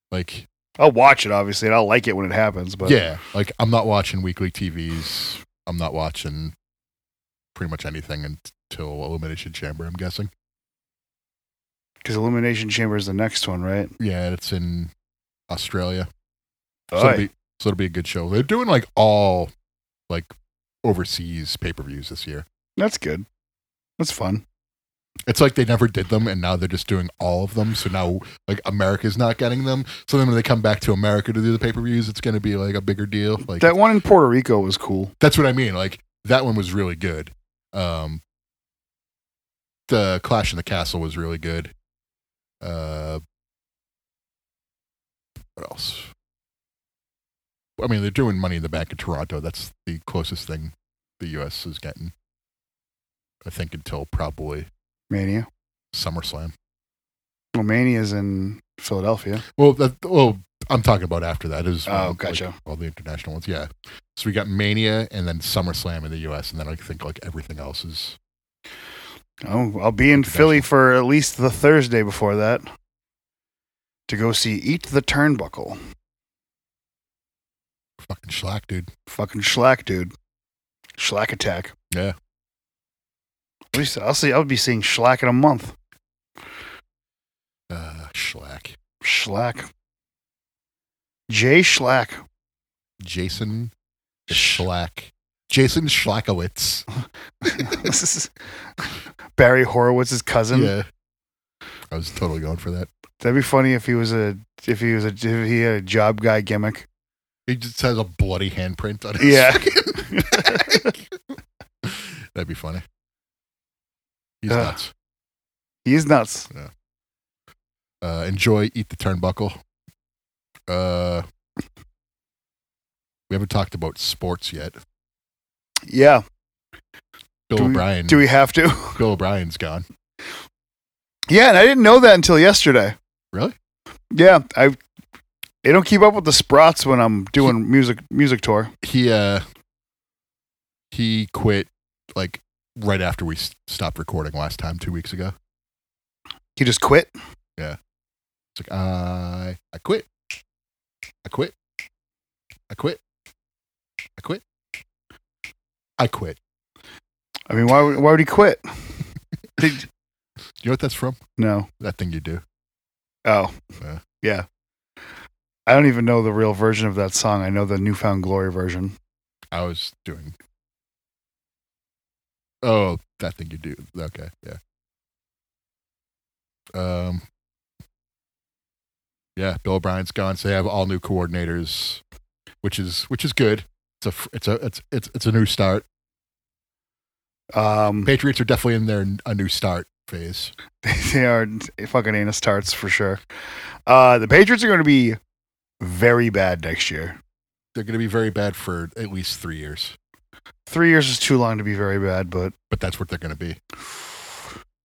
[SPEAKER 3] Like,
[SPEAKER 2] I'll watch it, obviously, and I'll like it when it happens. But
[SPEAKER 3] yeah, like I'm not watching weekly TVs. I'm not watching pretty much anything until Elimination Chamber. I'm guessing.
[SPEAKER 2] because Illumination Chamber is the next one, right?
[SPEAKER 3] Yeah, and it's in Australia, so
[SPEAKER 2] Aye.
[SPEAKER 3] it'll, be, so it'll be a good show. They're doing like all like overseas pay per views this year.
[SPEAKER 2] That's good. That's fun.
[SPEAKER 3] It's like they never did them, and now they're just doing all of them. So now, like America's not getting them. So then, when they come back to America to do the pay per views, it's going to be like a bigger deal. Like
[SPEAKER 2] that one in Puerto Rico was cool.
[SPEAKER 3] that's what I mean. Like that one was really good. Um, the Clash in the Castle was really good. Uh, what else? I mean, they're doing Money in the Bank in Toronto. That's the closest thing the U.S. is getting. I think until probably
[SPEAKER 2] Mania.
[SPEAKER 3] SummerSlam.
[SPEAKER 2] Well, Mania's in Philadelphia.
[SPEAKER 3] Well, that, well, I'm talking about after that is
[SPEAKER 2] Oh, gotcha.
[SPEAKER 3] all the international ones. Yeah. So we got Mania and then SummerSlam in the U.S. and then I think like everything else is
[SPEAKER 2] Oh, I'll be in Philly for at least the Thursday before that to go see Eat the Turnbuckle.
[SPEAKER 3] fucking schlack, dude.
[SPEAKER 2] Fucking Schlack, dude. Schlack attack.
[SPEAKER 3] Yeah.
[SPEAKER 2] At least I'll see. I'll be seeing Schlack in a month.
[SPEAKER 3] Uh, Schlack.
[SPEAKER 2] Schlack. Jay Schlack.
[SPEAKER 3] Jason
[SPEAKER 2] Sh-
[SPEAKER 3] Schlack. Jason Schlackowitz.
[SPEAKER 2] this is Barry Horowitz's cousin.
[SPEAKER 3] Yeah. I was totally going for that.
[SPEAKER 2] That'd be funny if he was a if he was a if he had a job guy gimmick.
[SPEAKER 3] He just has a bloody handprint on his
[SPEAKER 2] Yeah.
[SPEAKER 3] That'd be funny. He's
[SPEAKER 2] Uh.
[SPEAKER 3] nuts.
[SPEAKER 2] He's nuts.
[SPEAKER 3] Uh, enjoy Eat the Turnbuckle. Uh, we haven't talked about sports yet.
[SPEAKER 2] Yeah.
[SPEAKER 3] Bill
[SPEAKER 2] Do we-
[SPEAKER 3] O'Brien.
[SPEAKER 2] Do we have to?
[SPEAKER 3] Bill O'Brien's gone.
[SPEAKER 2] Yeah, and I didn't know that until yesterday.
[SPEAKER 3] Really?
[SPEAKER 2] Yeah, I. They don't keep up with the Sprots when I'm doing music music tour.
[SPEAKER 3] he uh he quit like right after we s- stopped recording last time two weeks ago
[SPEAKER 2] He just quit.
[SPEAKER 3] it's like i i quit i quit i quit i quit i quit
[SPEAKER 2] I mean, why would why would he quit?
[SPEAKER 3] you know what that's from
[SPEAKER 2] No.
[SPEAKER 3] that thing you do
[SPEAKER 2] Oh.
[SPEAKER 3] Yeah.
[SPEAKER 2] Yeah. I don't even know the real version of that song. I know the Newfound Glory version.
[SPEAKER 3] i was doing oh that thing you do okay yeah um yeah bill o'brien's gone so they have all new coordinators which is which is good it's a f- it's a it's it's, it's a new start
[SPEAKER 2] Um,
[SPEAKER 3] patriots are definitely in their n- a new start phase
[SPEAKER 2] they are fucking anus tarts for sure. Uh, the Patriots are going to be very bad next year.
[SPEAKER 3] they're going to be very bad for at least three years
[SPEAKER 2] Three years is too long to be very bad, but
[SPEAKER 3] but that's what they're going to be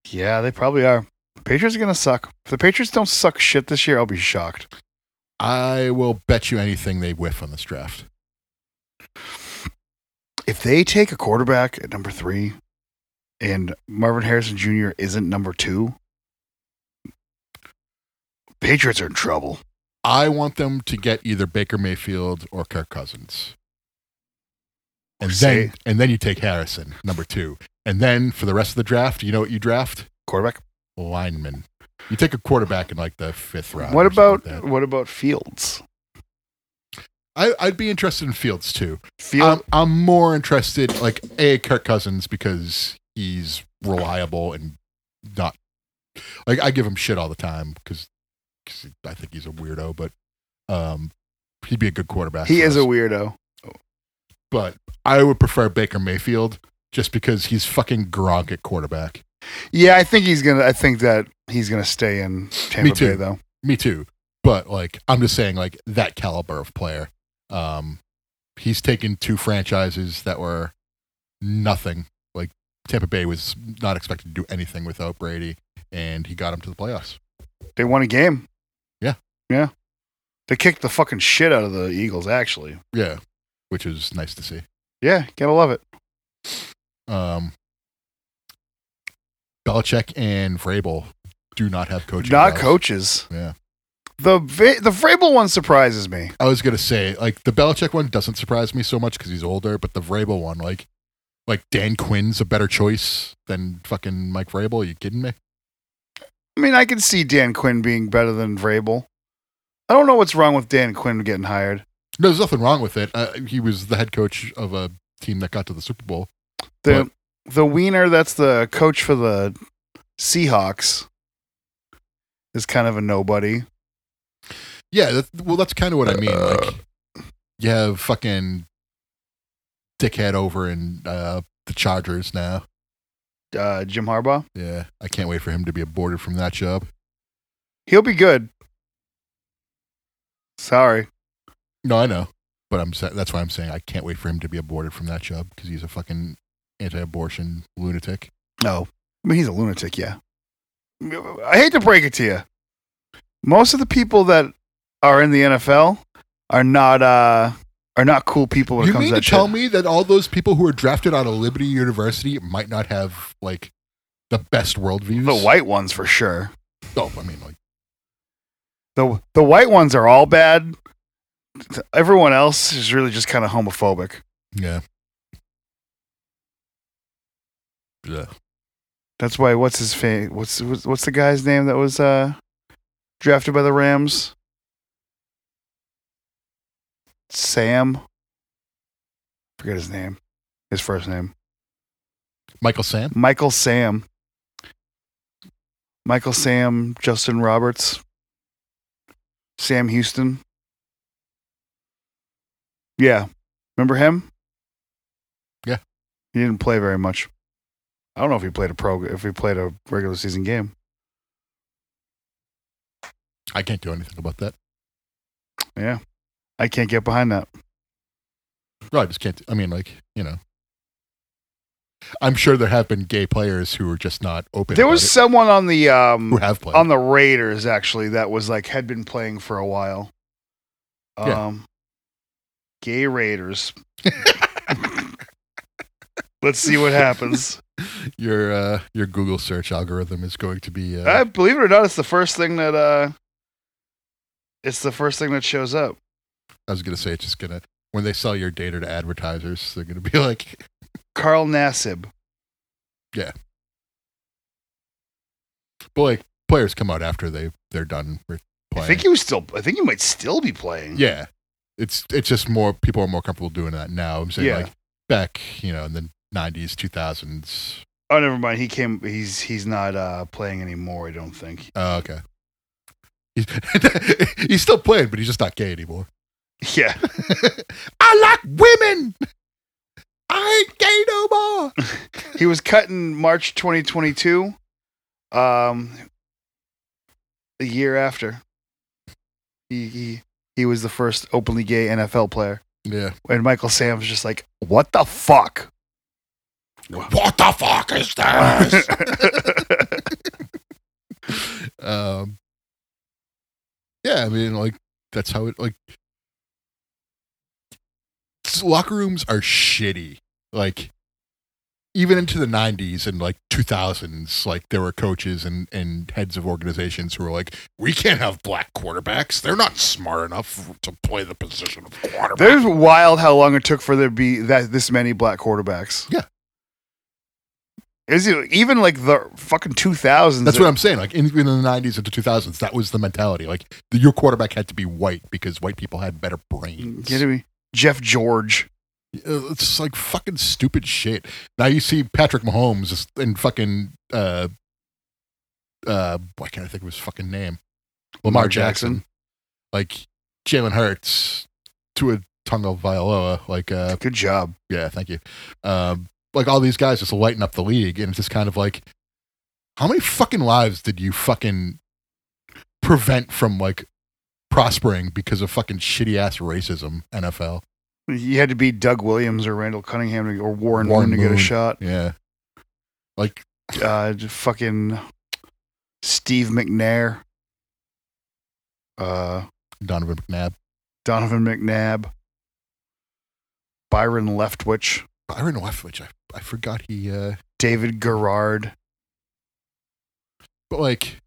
[SPEAKER 2] Yeah, they probably are. Patriots are gonna suck. If the Patriots don't suck shit this year, I'll be shocked.
[SPEAKER 3] i will bet you anything they whiff on this draft
[SPEAKER 2] If they take a quarterback at number three, and Marvin Harrison Jr. isn't number two, Patriots are in trouble.
[SPEAKER 3] I want them to get either Baker Mayfield or Kirk Cousins. And
[SPEAKER 2] Say-
[SPEAKER 3] then, and then you take Harrison, number two. And then for the rest of the draft, you know what you draft?
[SPEAKER 2] Quarterback.
[SPEAKER 3] Lineman. You take a quarterback in like the fifth round.
[SPEAKER 2] what
[SPEAKER 3] or something
[SPEAKER 2] about
[SPEAKER 3] like that.
[SPEAKER 2] what about Fields?
[SPEAKER 3] I, I'd be interested in Fields too.
[SPEAKER 2] Field,
[SPEAKER 3] I'm, I'm more interested, like a Kirk Cousins because he's reliable and not like I give him shit all the time because I think he's a weirdo, but um, he'd be a good quarterback.
[SPEAKER 2] he
[SPEAKER 3] for
[SPEAKER 2] is a
[SPEAKER 3] us.
[SPEAKER 2] weirdo.
[SPEAKER 3] but I would prefer Baker Mayfield just because he's fucking Gronk at quarterback.
[SPEAKER 2] Yeah, I think he's gonna. I think that he's gonna stay in Tampa
[SPEAKER 3] too.
[SPEAKER 2] Bay though.
[SPEAKER 3] Me too. But like I'm just saying like that caliber of player. Um he's taken two franchises that were nothing. Like Tampa Bay was not expected to do anything without Brady and he got him to the playoffs.
[SPEAKER 2] They won a game.
[SPEAKER 3] Yeah.
[SPEAKER 2] yeah. They kicked the fucking shit out of the Eagles. Actually,
[SPEAKER 3] Yeah. Which is nice to see.
[SPEAKER 2] yeah, gotta love it.
[SPEAKER 3] Um Belichick and Vrabel do not have coaching.
[SPEAKER 2] Not
[SPEAKER 3] jobs.
[SPEAKER 2] coaches.
[SPEAKER 3] Yeah.
[SPEAKER 2] The Va- the Vrabel one surprises me.
[SPEAKER 3] I was gonna say like the Belichick one doesn't surprise me so much because he's older, but the Vrabel one, like, like Dan Quinn's a better choice than fucking Mike Vrabel. Are you kidding me?
[SPEAKER 2] I mean, I can see Dan Quinn being better than Vrabel. I don't know what's wrong with Dan Quinn getting hired.
[SPEAKER 3] No, there's nothing wrong with it. Uh, he was the head coach of a team that got to the Super Bowl.
[SPEAKER 2] The the Wiener, that's the coach for the Seahawks is kind of a nobody.
[SPEAKER 3] Yeah, that, well, that's kind of what I mean. Like, you have fucking dickhead over in uh, the Chargers now.
[SPEAKER 2] Uh, Jim Harbaugh,
[SPEAKER 3] Yeah, I can't wait for him to be aborted from that job.
[SPEAKER 2] he'll be good. Sorry,
[SPEAKER 3] No, I know, but I'm sa- that's why I'm saying I can't wait for him to be aborted from that job because he's a fucking anti-abortion lunatic.
[SPEAKER 2] no. I mean, he's a lunatic. Yeah, I hate to break it to you. Most of the people that are in the NFL are not uh are not cool people when it
[SPEAKER 3] you
[SPEAKER 2] comes
[SPEAKER 3] mean
[SPEAKER 2] to
[SPEAKER 3] to
[SPEAKER 2] that
[SPEAKER 3] tell
[SPEAKER 2] shit.
[SPEAKER 3] me that all those people who are drafted out of Liberty University might not have like the best worldviews?
[SPEAKER 2] the white ones for sure.
[SPEAKER 3] Oh, I mean, like,
[SPEAKER 2] the the white ones are all bad. Everyone else is really just kind of homophobic.
[SPEAKER 3] yeah, yeah.
[SPEAKER 2] That's why what's his fa- what's what's what's the guy's name that was uh drafted by the Rams? Sam. Forget his name. His first name.
[SPEAKER 3] Michael Sam.
[SPEAKER 2] Michael Sam. Michael Sam, Justin Roberts. Sam Houston. Yeah. Remember him?
[SPEAKER 3] Yeah.
[SPEAKER 2] He didn't play very much. I don't know if he played a pro if he played a regular season game.
[SPEAKER 3] I can't do anything about that.
[SPEAKER 2] I can't get behind that.
[SPEAKER 3] No, I just can't. I mean, like, you know, I'm sure there have been gay players who are just not open.
[SPEAKER 2] There
[SPEAKER 3] about
[SPEAKER 2] was
[SPEAKER 3] it,
[SPEAKER 2] someone on the um
[SPEAKER 3] who have played.
[SPEAKER 2] on the Raiders actually that was like had been playing for a while. Um
[SPEAKER 3] Yeah.
[SPEAKER 2] gay Raiders. Let's see what happens.
[SPEAKER 3] your uh, your Google search algorithm is going to be uh,
[SPEAKER 2] I believe it or not, it's the first thing that uh, it's the first thing that shows up.
[SPEAKER 3] I was gonna say it's just gonna when they sell your data to advertisers, they're gonna be like,
[SPEAKER 2] Carl Nassib.
[SPEAKER 3] but like players come out after they they're done re-
[SPEAKER 2] I
[SPEAKER 3] playing.
[SPEAKER 2] think he was still. I think he might still be playing.
[SPEAKER 3] yeah, it's it's just more people are more comfortable doing that now. I'm saying
[SPEAKER 2] Yeah.
[SPEAKER 3] like back, you know, in the '90s, 2000s.
[SPEAKER 2] Oh, never mind. He came. He's he's not uh, playing anymore. I don't think.
[SPEAKER 3] Oh, okay. He's, he's still playing, but he's just not gay anymore.
[SPEAKER 2] Yeah.
[SPEAKER 3] I like women. I ain't gay no more.
[SPEAKER 2] he was cut in March 2022. Um, the year after. He he he was the first openly gay NFL player,
[SPEAKER 3] Yeah.
[SPEAKER 2] and Michael Sam was just like, "What the fuck."
[SPEAKER 3] What the fuck is this? um, yeah, I mean, like that's how it like. s- Locker rooms are shitty. Like, even into the '90s and like 2000s, like there were coaches and and heads of organizations who were like, "We can't have black quarterbacks. They're not smart enough to play the position of quarterback."
[SPEAKER 2] There's wild how long it took for there to be that this many black quarterbacks.
[SPEAKER 3] Yeah.
[SPEAKER 2] Is it even like the fucking two thousands?
[SPEAKER 3] That's what I'm saying. Like in, in the 90s into 2000s, that was the mentality. Like the, your quarterback had to be white because white people had better brains.
[SPEAKER 2] kidding me. Jeff George.
[SPEAKER 3] Uh, It's just like fucking stupid shit. Now you see Patrick Mahomes is- and fucking uh uh why can't I think of his fucking name? Lamar Jackson. Like Jalen Hurts to a tongue of Viola. Like uh
[SPEAKER 2] Good job.
[SPEAKER 3] yeah, thank you. Um, like all these guys just lighten up the league, and it's just kind of like, how many fucking lives did you fucking prevent from like prospering because of fucking shitty ass racism? NFL,
[SPEAKER 2] You had to be Doug Williams or Randall Cunningham to- or Warren,
[SPEAKER 3] Warren
[SPEAKER 2] Moon to get
[SPEAKER 3] Moon.
[SPEAKER 2] a shot.
[SPEAKER 3] yeah, like
[SPEAKER 2] Uh, j- fucking Steve McNair. Uh,
[SPEAKER 3] Donovan McNabb,
[SPEAKER 2] Donovan McNabb. Byron Leftwich.
[SPEAKER 3] Byron Leftwich. I I forgot he, uh,
[SPEAKER 2] David Garrard.
[SPEAKER 3] but like,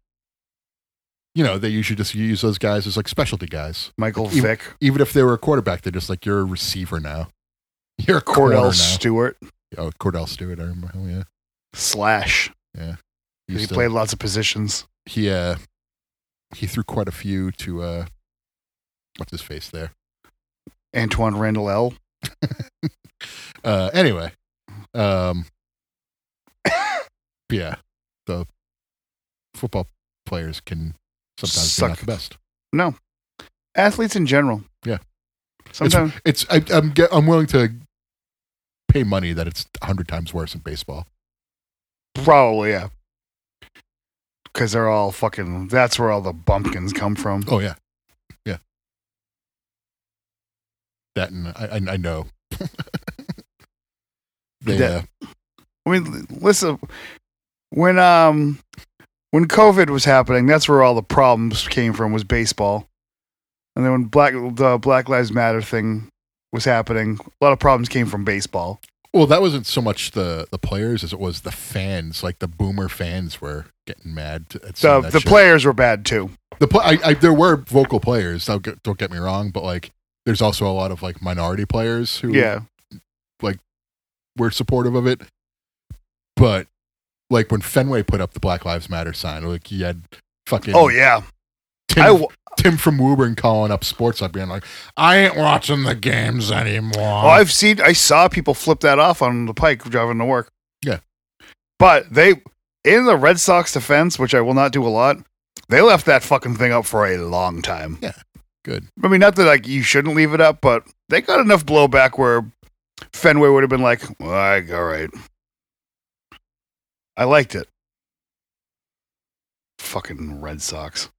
[SPEAKER 3] you know, they usually just use those guys as like specialty guys,
[SPEAKER 2] Michael
[SPEAKER 3] Even-
[SPEAKER 2] Vick.
[SPEAKER 3] even if they were a quarterback. They're just like you're a receiver now. You're a corner
[SPEAKER 2] Cordell
[SPEAKER 3] now.
[SPEAKER 2] Stewart.
[SPEAKER 3] Oh, Cordell Stewart. I remember. him, Yeah,
[SPEAKER 2] slash.
[SPEAKER 3] Used
[SPEAKER 2] He
[SPEAKER 3] to-
[SPEAKER 2] played lots of positions.
[SPEAKER 3] he uh he threw quite a few to uh what's his face there
[SPEAKER 2] Antoine Randall L.
[SPEAKER 3] uh anyway um yeah so football players can sometimes be
[SPEAKER 2] Suck.
[SPEAKER 3] not the best.
[SPEAKER 2] No, athletes in general.
[SPEAKER 3] Yeah.
[SPEAKER 2] Sometimes
[SPEAKER 3] It's I, I'm ge- I'm willing to pay money that it's hundred times worse in baseball.
[SPEAKER 2] probably yeah. Because they're all fucking. That's where all the bumpkins come from.
[SPEAKER 3] Oh yeah, yeah. That and I I, I know. they,
[SPEAKER 2] That-
[SPEAKER 3] uh,
[SPEAKER 2] I mean, l- listen, when um when COVID was happening, that's where all the problems came from was baseball. And then when black the Black Lives Matter thing was happening, a lot of problems came from baseball.
[SPEAKER 3] well, that wasn't so much the the players as it was the fans. Like the boomer fans were getting mad. To, at
[SPEAKER 2] The
[SPEAKER 3] seeing
[SPEAKER 2] the
[SPEAKER 3] that shit.
[SPEAKER 2] players were bad too.
[SPEAKER 3] the pl- I, I, there were vocal players. Don't get, don't get me wrong, but like there's also a lot of like minority players who
[SPEAKER 2] Yeah,
[SPEAKER 3] were supportive of it. But like when Fenway put up the Black Lives Matter sign, like you had fucking
[SPEAKER 2] Oh yeah.
[SPEAKER 3] Tim,
[SPEAKER 2] I w-
[SPEAKER 3] Tim from Woburn calling up Sports Hub being like, I ain't watching the games anymore.
[SPEAKER 2] oh, I've seen I saw people flip that off on the pike driving to work.
[SPEAKER 3] Yeah.
[SPEAKER 2] But they in the Red Sox defense, which I will not do a lot, they left that fucking thing up for a long time.
[SPEAKER 3] Good.
[SPEAKER 2] I mean, not that like you shouldn't leave it up, but they got enough blowback where Fenway would have been like, well, I, "All right, I liked it." Fucking Red Sox,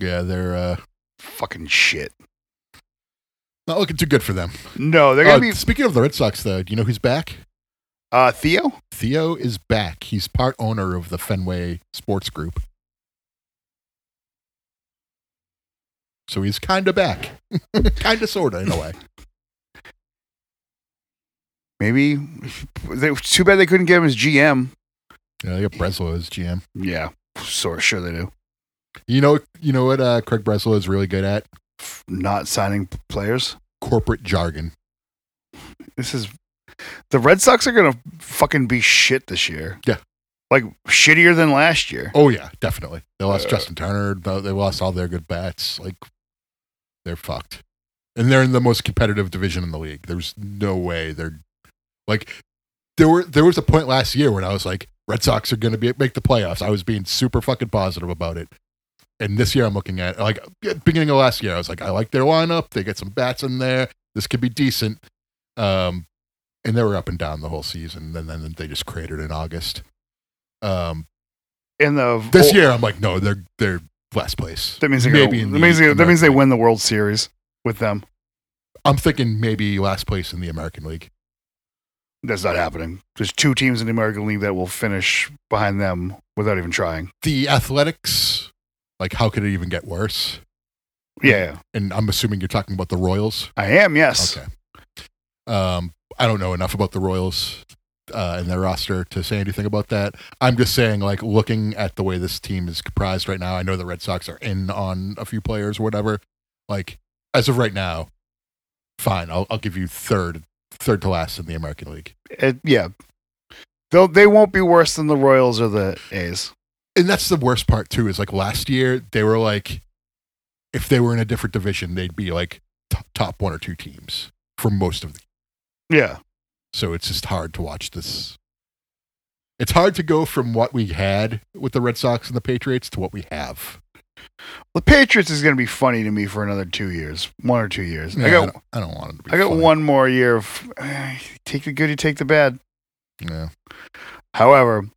[SPEAKER 3] Yeah, they're uh,
[SPEAKER 2] fucking shit.
[SPEAKER 3] not looking too good for them.
[SPEAKER 2] No, they're gonna
[SPEAKER 3] Uh,
[SPEAKER 2] be
[SPEAKER 3] Speaking of the Red Sox, though, do you know who's back?
[SPEAKER 2] uh, Theo.
[SPEAKER 3] Theo is back. He's part owner of the Fenway Sports Group. So he's kind of back. kind of, sort of, in a way.
[SPEAKER 2] Maybe they, too bad they couldn't get him as GM.
[SPEAKER 3] You know, they got Breslow as GM.
[SPEAKER 2] Yeah, so sure they do.
[SPEAKER 3] You know, you know what uh, Craig Breslow is really good at?
[SPEAKER 2] Not signing p- players.
[SPEAKER 3] Corporate jargon.
[SPEAKER 2] This is the Red Sox are gonna fucking be shit this year.
[SPEAKER 3] Yeah.
[SPEAKER 2] like shittier than last year.
[SPEAKER 3] Oh, yeah, definitely. They lost
[SPEAKER 2] Uh.
[SPEAKER 3] Justin Turner. They they lost all their good bats. Like, they're fucked. And they're in the most competitive division in the league. There's no way they're like there were there was a point last year when I was like Red Sox are going to be make the playoffs. I was being super fucking positive about it. And this year I'm looking at like at beginning of last year I was like I like their lineup. They get some bats in there. This could be decent. Um and they were up and down the whole season and then they just cratered in August. Um
[SPEAKER 2] In the
[SPEAKER 3] this year I'm like no, they're they're last place.
[SPEAKER 2] That means they
[SPEAKER 3] Maybe
[SPEAKER 2] go,
[SPEAKER 3] in
[SPEAKER 2] that
[SPEAKER 3] the
[SPEAKER 2] means they, that means they
[SPEAKER 3] American
[SPEAKER 2] win the World Series with them.
[SPEAKER 3] I'm thinking maybe last place in the American League.
[SPEAKER 2] That's not happening. There's two teams in the American League that will finish behind them without even trying.
[SPEAKER 3] The Athletics like how could it even get worse?
[SPEAKER 2] Yeah, yeah.
[SPEAKER 3] And I'm assuming you're talking about the Royals.
[SPEAKER 2] I am. Yes,
[SPEAKER 3] Okay. Um, I don't know enough about the Royals uh, and their roster to say anything about that. I'm just saying, like, looking at the way this team is comprised right now, I know the Red Sox are in on a few players or whatever. Like, as of right now, fine. I'll, I'll give you third, third to last in the American League.
[SPEAKER 2] It- yeah. They'll they won't be worse than the Royals or the A's.
[SPEAKER 3] And that's the worst part too. Is like last year they were like, if they were in a different division, they'd be like t- top one or two teams for most of the
[SPEAKER 2] Yeah,
[SPEAKER 3] so it's just hard to watch this. It's hard to go from what we had with the Red Sox and the Patriots to what we have.
[SPEAKER 2] the Patriots is going to be funny to me for another two years, one or two years.
[SPEAKER 3] Yeah,
[SPEAKER 2] I got
[SPEAKER 3] don't, I don't want it to be.
[SPEAKER 2] I got
[SPEAKER 3] funny.
[SPEAKER 2] one more year of eh, take the good, you take the bad.
[SPEAKER 3] Yeah.
[SPEAKER 2] However,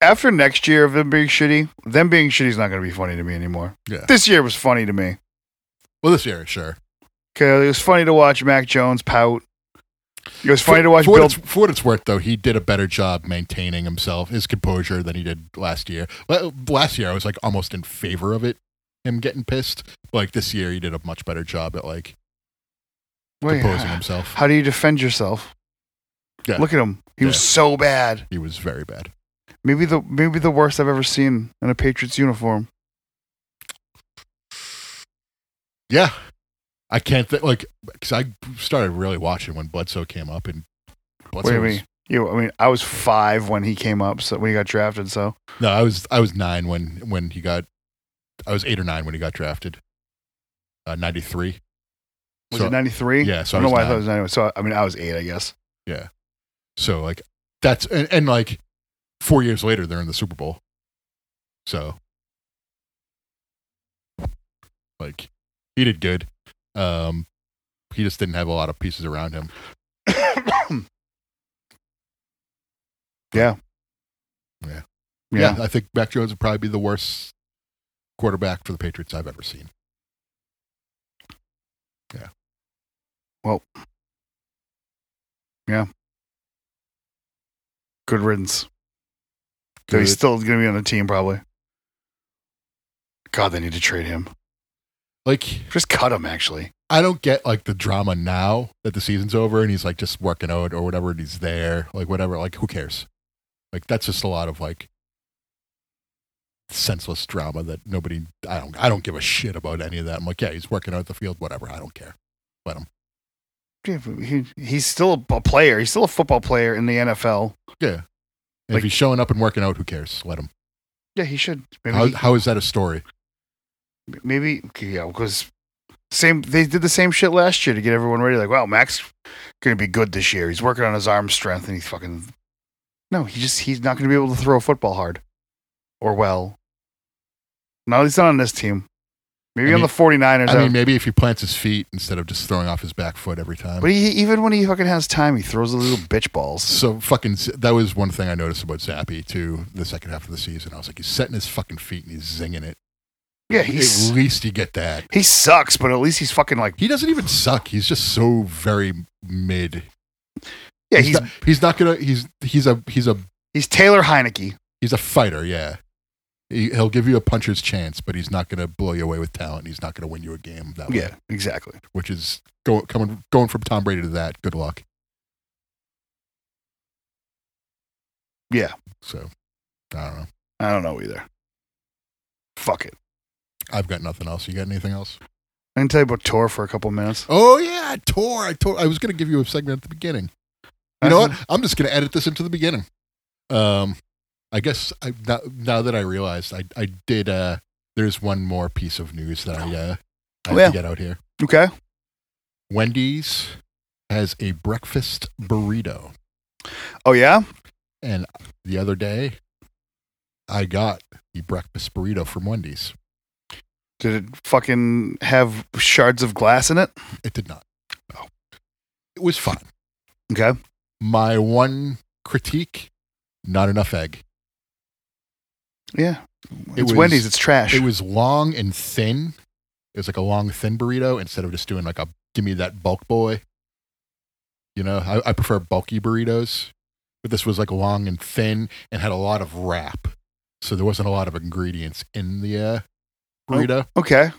[SPEAKER 2] after next year of them being shitty, them being shitty is not going to be funny to me anymore.
[SPEAKER 3] Yeah.
[SPEAKER 2] This year was funny to me.
[SPEAKER 3] Well, this year, sure.
[SPEAKER 2] Okay, it was funny to watch Mac Jones pout. It was funny
[SPEAKER 3] for,
[SPEAKER 2] to watch
[SPEAKER 3] for
[SPEAKER 2] Bill.
[SPEAKER 3] What it's, for what it's worth, though, he did a better job maintaining himself, his composure, than he did last year. La- Last year, I was like almost in favor of it, him getting pissed. Like this year, he did a much better job at like
[SPEAKER 2] Wait,
[SPEAKER 3] composing
[SPEAKER 2] how,
[SPEAKER 3] himself.
[SPEAKER 2] do you defend yourself?
[SPEAKER 3] Yeah.
[SPEAKER 2] Look at him. He was
[SPEAKER 3] Yeah.
[SPEAKER 2] so bad.
[SPEAKER 3] he was very bad.
[SPEAKER 2] Maybe the maybe the worst I've ever seen in a Patriots uniform.
[SPEAKER 3] Yeah. I can't think like because I started really watching when Bledsoe came up and
[SPEAKER 2] what do
[SPEAKER 3] Bledsoe
[SPEAKER 2] you
[SPEAKER 3] was
[SPEAKER 2] mean? You, I mean, I was five when he came up, so when he got drafted. So
[SPEAKER 3] No, I was I was nine when when he got. I was eight or nine when he got drafted. Uh, Ninety three.
[SPEAKER 2] was
[SPEAKER 3] So-
[SPEAKER 2] it ninety three?
[SPEAKER 3] Yeah, so
[SPEAKER 2] I
[SPEAKER 3] I
[SPEAKER 2] don't
[SPEAKER 3] was
[SPEAKER 2] know why I
[SPEAKER 3] nine.
[SPEAKER 2] thought it was ninety. So I mean, I was eight, I guess.
[SPEAKER 3] So like that's and, and like four years later they're in the Super Bowl. So, like, he did good. Um, he just didn't have a lot of pieces around him.
[SPEAKER 2] yeah.
[SPEAKER 3] Yeah.
[SPEAKER 2] Yeah.
[SPEAKER 3] I think Mac Jones would probably be the worst quarterback for the Patriots I've ever seen. Yeah.
[SPEAKER 2] Well. Yeah. Good riddance. Though he's
[SPEAKER 3] Good.
[SPEAKER 2] still going to be on the team, probably. God, they need to trade him.
[SPEAKER 3] Like,
[SPEAKER 2] Just cut him, actually.
[SPEAKER 3] I don't get like the drama now that the season's over and he's like just working out or whatever and he's there, like whatever, like who cares? Like that's just a lot of like senseless drama that nobody I don't I don't give a shit about any of that. I'm like, yeah, he's working out the field, whatever, I don't care.
[SPEAKER 2] Yeah, He, he's still a player. He's still a football player in the NFL.
[SPEAKER 3] And
[SPEAKER 2] Like-
[SPEAKER 3] if he's showing up and working out, who cares? Let him.
[SPEAKER 2] Yeah, he should. Maybe,
[SPEAKER 3] How,
[SPEAKER 2] he-
[SPEAKER 3] how is that a story?
[SPEAKER 2] maybe yeah, because same they did the same shit last year to get everyone ready. Like, wow, Max gonna be good this year. He's working on his arm strength, and he's fucking no. He just he's not gonna be able to throw a football hard or well. No, he's not on this team. Maybe
[SPEAKER 3] I
[SPEAKER 2] on
[SPEAKER 3] mean-
[SPEAKER 2] the 49ers.
[SPEAKER 3] I
[SPEAKER 2] I
[SPEAKER 3] mean, maybe if he plants his feet instead of just throwing off his back foot every time.
[SPEAKER 2] but he, even when he fucking has time, he throws the little bitch balls.
[SPEAKER 3] So fucking Z- that was one thing I noticed about Zappy too. The second half of the season, I was like, he's setting his fucking feet and he's zinging it.
[SPEAKER 2] Yeah, he's
[SPEAKER 3] at least you get that.
[SPEAKER 2] he sucks, but at least he's fucking like
[SPEAKER 3] He doesn't even suck. He's just so very mid.
[SPEAKER 2] yeah, he's
[SPEAKER 3] not, he's not gonna. He's he's a he's a
[SPEAKER 2] he's Taylor Heineke.
[SPEAKER 3] he's a fighter. Yeah, he, he'll give you a puncher's chance, but he's not gonna blow you away with talent. He's not gonna win you a game that way.
[SPEAKER 2] Yeah, exactly.
[SPEAKER 3] which is go, coming going from Tom Brady to that. Good luck.
[SPEAKER 2] Yeah.
[SPEAKER 3] So I don't know.
[SPEAKER 2] I don't know either. Fuck it.
[SPEAKER 3] I've got nothing else. You got anything else?
[SPEAKER 2] I can tell you about Tor for a couple minutes.
[SPEAKER 3] Oh yeah, I tore. I tore. I was gonna give you a segment at the beginning. You know what? I'm just gonna edit this into the beginning. Um, I guess I now, now that I realized I I did. Uh, there's one more piece of news that I uh I
[SPEAKER 2] Well.
[SPEAKER 3] have to get out here.
[SPEAKER 2] Okay.
[SPEAKER 3] Wendy's has a breakfast burrito,
[SPEAKER 2] Oh yeah.
[SPEAKER 3] and the other day I got the breakfast burrito from Wendy's.
[SPEAKER 2] Did it fucking have shards of glass in it?
[SPEAKER 3] It did not. Oh, it was fine.
[SPEAKER 2] Okay.
[SPEAKER 3] My one critique: not enough egg.
[SPEAKER 2] Yeah.
[SPEAKER 3] It
[SPEAKER 2] it's
[SPEAKER 3] was-
[SPEAKER 2] Wendy's. It's trash.
[SPEAKER 3] It was long and thin. It was like a long, thin burrito instead of just doing like a give me that bulk boy. You know, I, I prefer bulky burritos, but this was like long and thin and had a lot of wrap. So there wasn't a lot of ingredients in the uh, burrito.
[SPEAKER 2] okay.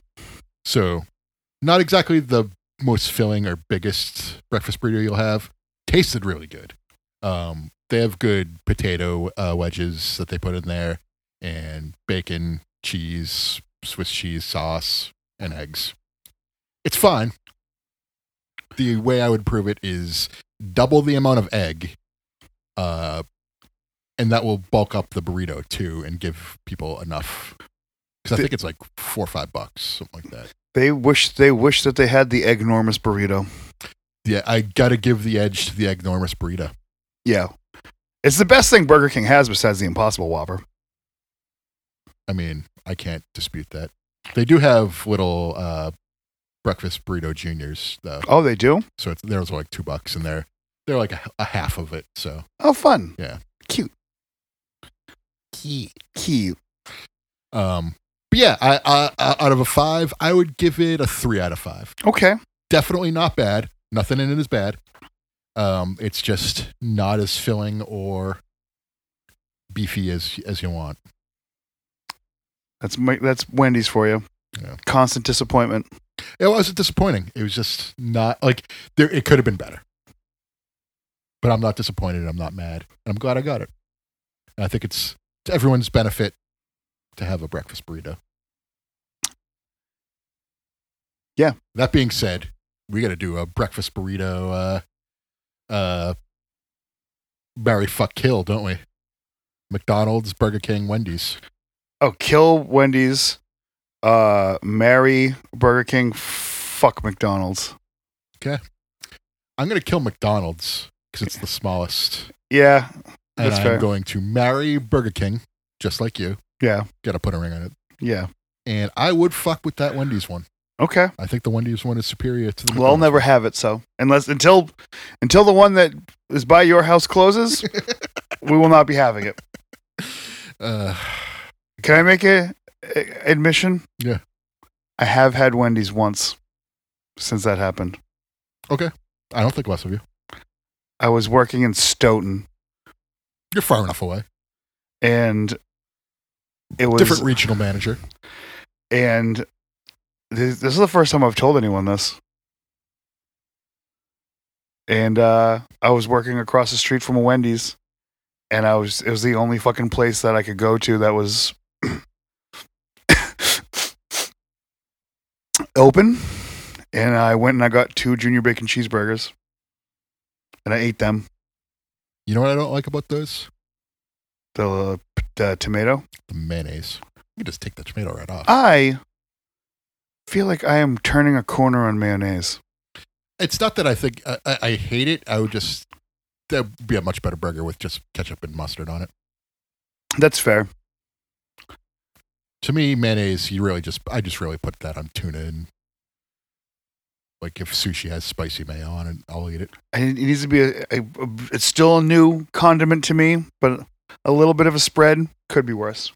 [SPEAKER 3] So not exactly the most filling or biggest breakfast burrito you'll have. Tasted really good. Um, they have good potato uh, wedges that they put in there, and bacon, cheese, Swiss cheese sauce, and eggs. It's fine. The way I would prove it is double the amount of egg, uh, and that will bulk up the burrito too and give people enough. Because I
[SPEAKER 2] The-
[SPEAKER 3] think it's like four or five bucks, something like that.
[SPEAKER 2] They wish they wish that they had the enormous burrito.
[SPEAKER 3] Yeah, I gotta give the edge to the enormous burrito.
[SPEAKER 2] Yeah. It's the best thing Burger King has besides the Impossible Whopper.
[SPEAKER 3] I mean, I can't dispute that. They do have little uh, breakfast burrito juniors though,
[SPEAKER 2] Oh, they do.
[SPEAKER 3] so it's, those are like two bucks, and they're they're like a, a half of it. So
[SPEAKER 2] Oh, fun.
[SPEAKER 3] Yeah.
[SPEAKER 2] Cute. Cute. Cute.
[SPEAKER 3] um, but yeah, I, I, I out of a five, I would give it a three out of five.
[SPEAKER 2] Okay.
[SPEAKER 3] Definitely not bad. Nothing in it is bad. Um, it's just not as filling or beefy as as you want.
[SPEAKER 2] That's my, that's Wendy's for you.
[SPEAKER 3] Yeah.
[SPEAKER 2] Constant disappointment.
[SPEAKER 3] it wasn't disappointing. It was just not like there. It could have been better, but I'm not disappointed. I'm not mad. And I'm glad I got it. And I think it's to everyone's benefit to have a breakfast burrito.
[SPEAKER 2] Yeah.
[SPEAKER 3] That being said, we got to do a breakfast burrito. Uh, uh, marry, fuck, kill, don't we? McDonald's, Burger King, Wendy's.
[SPEAKER 2] Oh, kill Wendy's, uh, marry Burger King, fuck McDonald's.
[SPEAKER 3] I'm gonna kill McDonald's because it's the smallest.
[SPEAKER 2] Yeah,
[SPEAKER 3] and
[SPEAKER 2] That's
[SPEAKER 3] I'm
[SPEAKER 2] fair.
[SPEAKER 3] going to marry Burger King, just like you.
[SPEAKER 2] Yeah.
[SPEAKER 3] Got to put a ring on it.
[SPEAKER 2] Yeah.
[SPEAKER 3] And I would fuck with that Wendy's one.
[SPEAKER 2] Okay.
[SPEAKER 3] I think the Wendy's one is superior to the.
[SPEAKER 2] Well, I'll
[SPEAKER 3] McDonald's
[SPEAKER 2] never have it. So unless until until the one that is by your house closes, we will not be having it.
[SPEAKER 3] one. Uh,
[SPEAKER 2] Can I make a, a- admission?
[SPEAKER 3] Yeah.
[SPEAKER 2] I have had Wendy's once since that happened.
[SPEAKER 3] I don't think less of you.
[SPEAKER 2] I was working in Stoughton
[SPEAKER 3] You're far enough away.
[SPEAKER 2] and it was
[SPEAKER 3] Different regional manager.
[SPEAKER 2] and this, this is the first time I've told anyone this. And uh, I was working across the street from a Wendy's, and I was it was the only fucking place that I could go to that was open. And I went and I got two junior bacon cheeseburgers, and I ate them.
[SPEAKER 3] You know what I don't like about those?
[SPEAKER 2] The, the tomato.
[SPEAKER 3] The mayonnaise. You can just take the tomato right
[SPEAKER 2] Ah.
[SPEAKER 3] off.
[SPEAKER 2] I feel like I am turning a corner on mayonnaise.
[SPEAKER 3] it's not that I think I, I, I hate it. I would just that would be a much better burger with just ketchup and mustard on it.
[SPEAKER 2] That's fair.
[SPEAKER 3] To me, mayonnaise. You really just I just really put that on tuna and like if sushi has spicy mayo on it, I'll eat it.
[SPEAKER 2] I- it needs to be a, a, a- it's still a new condiment to me but a little bit of a spread could be worse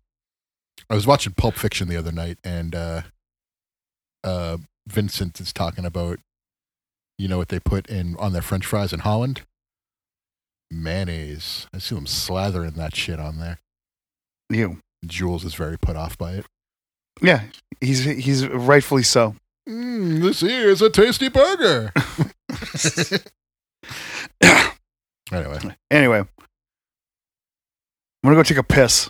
[SPEAKER 3] I was watching Pulp Fiction the other night, and uh, uh, Vincent is talking about, you know, what they put in on their French fries in Holland. Mayonnaise. I see them slathering that shit on there.
[SPEAKER 2] you
[SPEAKER 3] Jules is very put off by it.
[SPEAKER 2] yeah he's he's rightfully so
[SPEAKER 3] Mm, this here is a tasty burger. anyway,
[SPEAKER 2] anyway i'm gonna go take a piss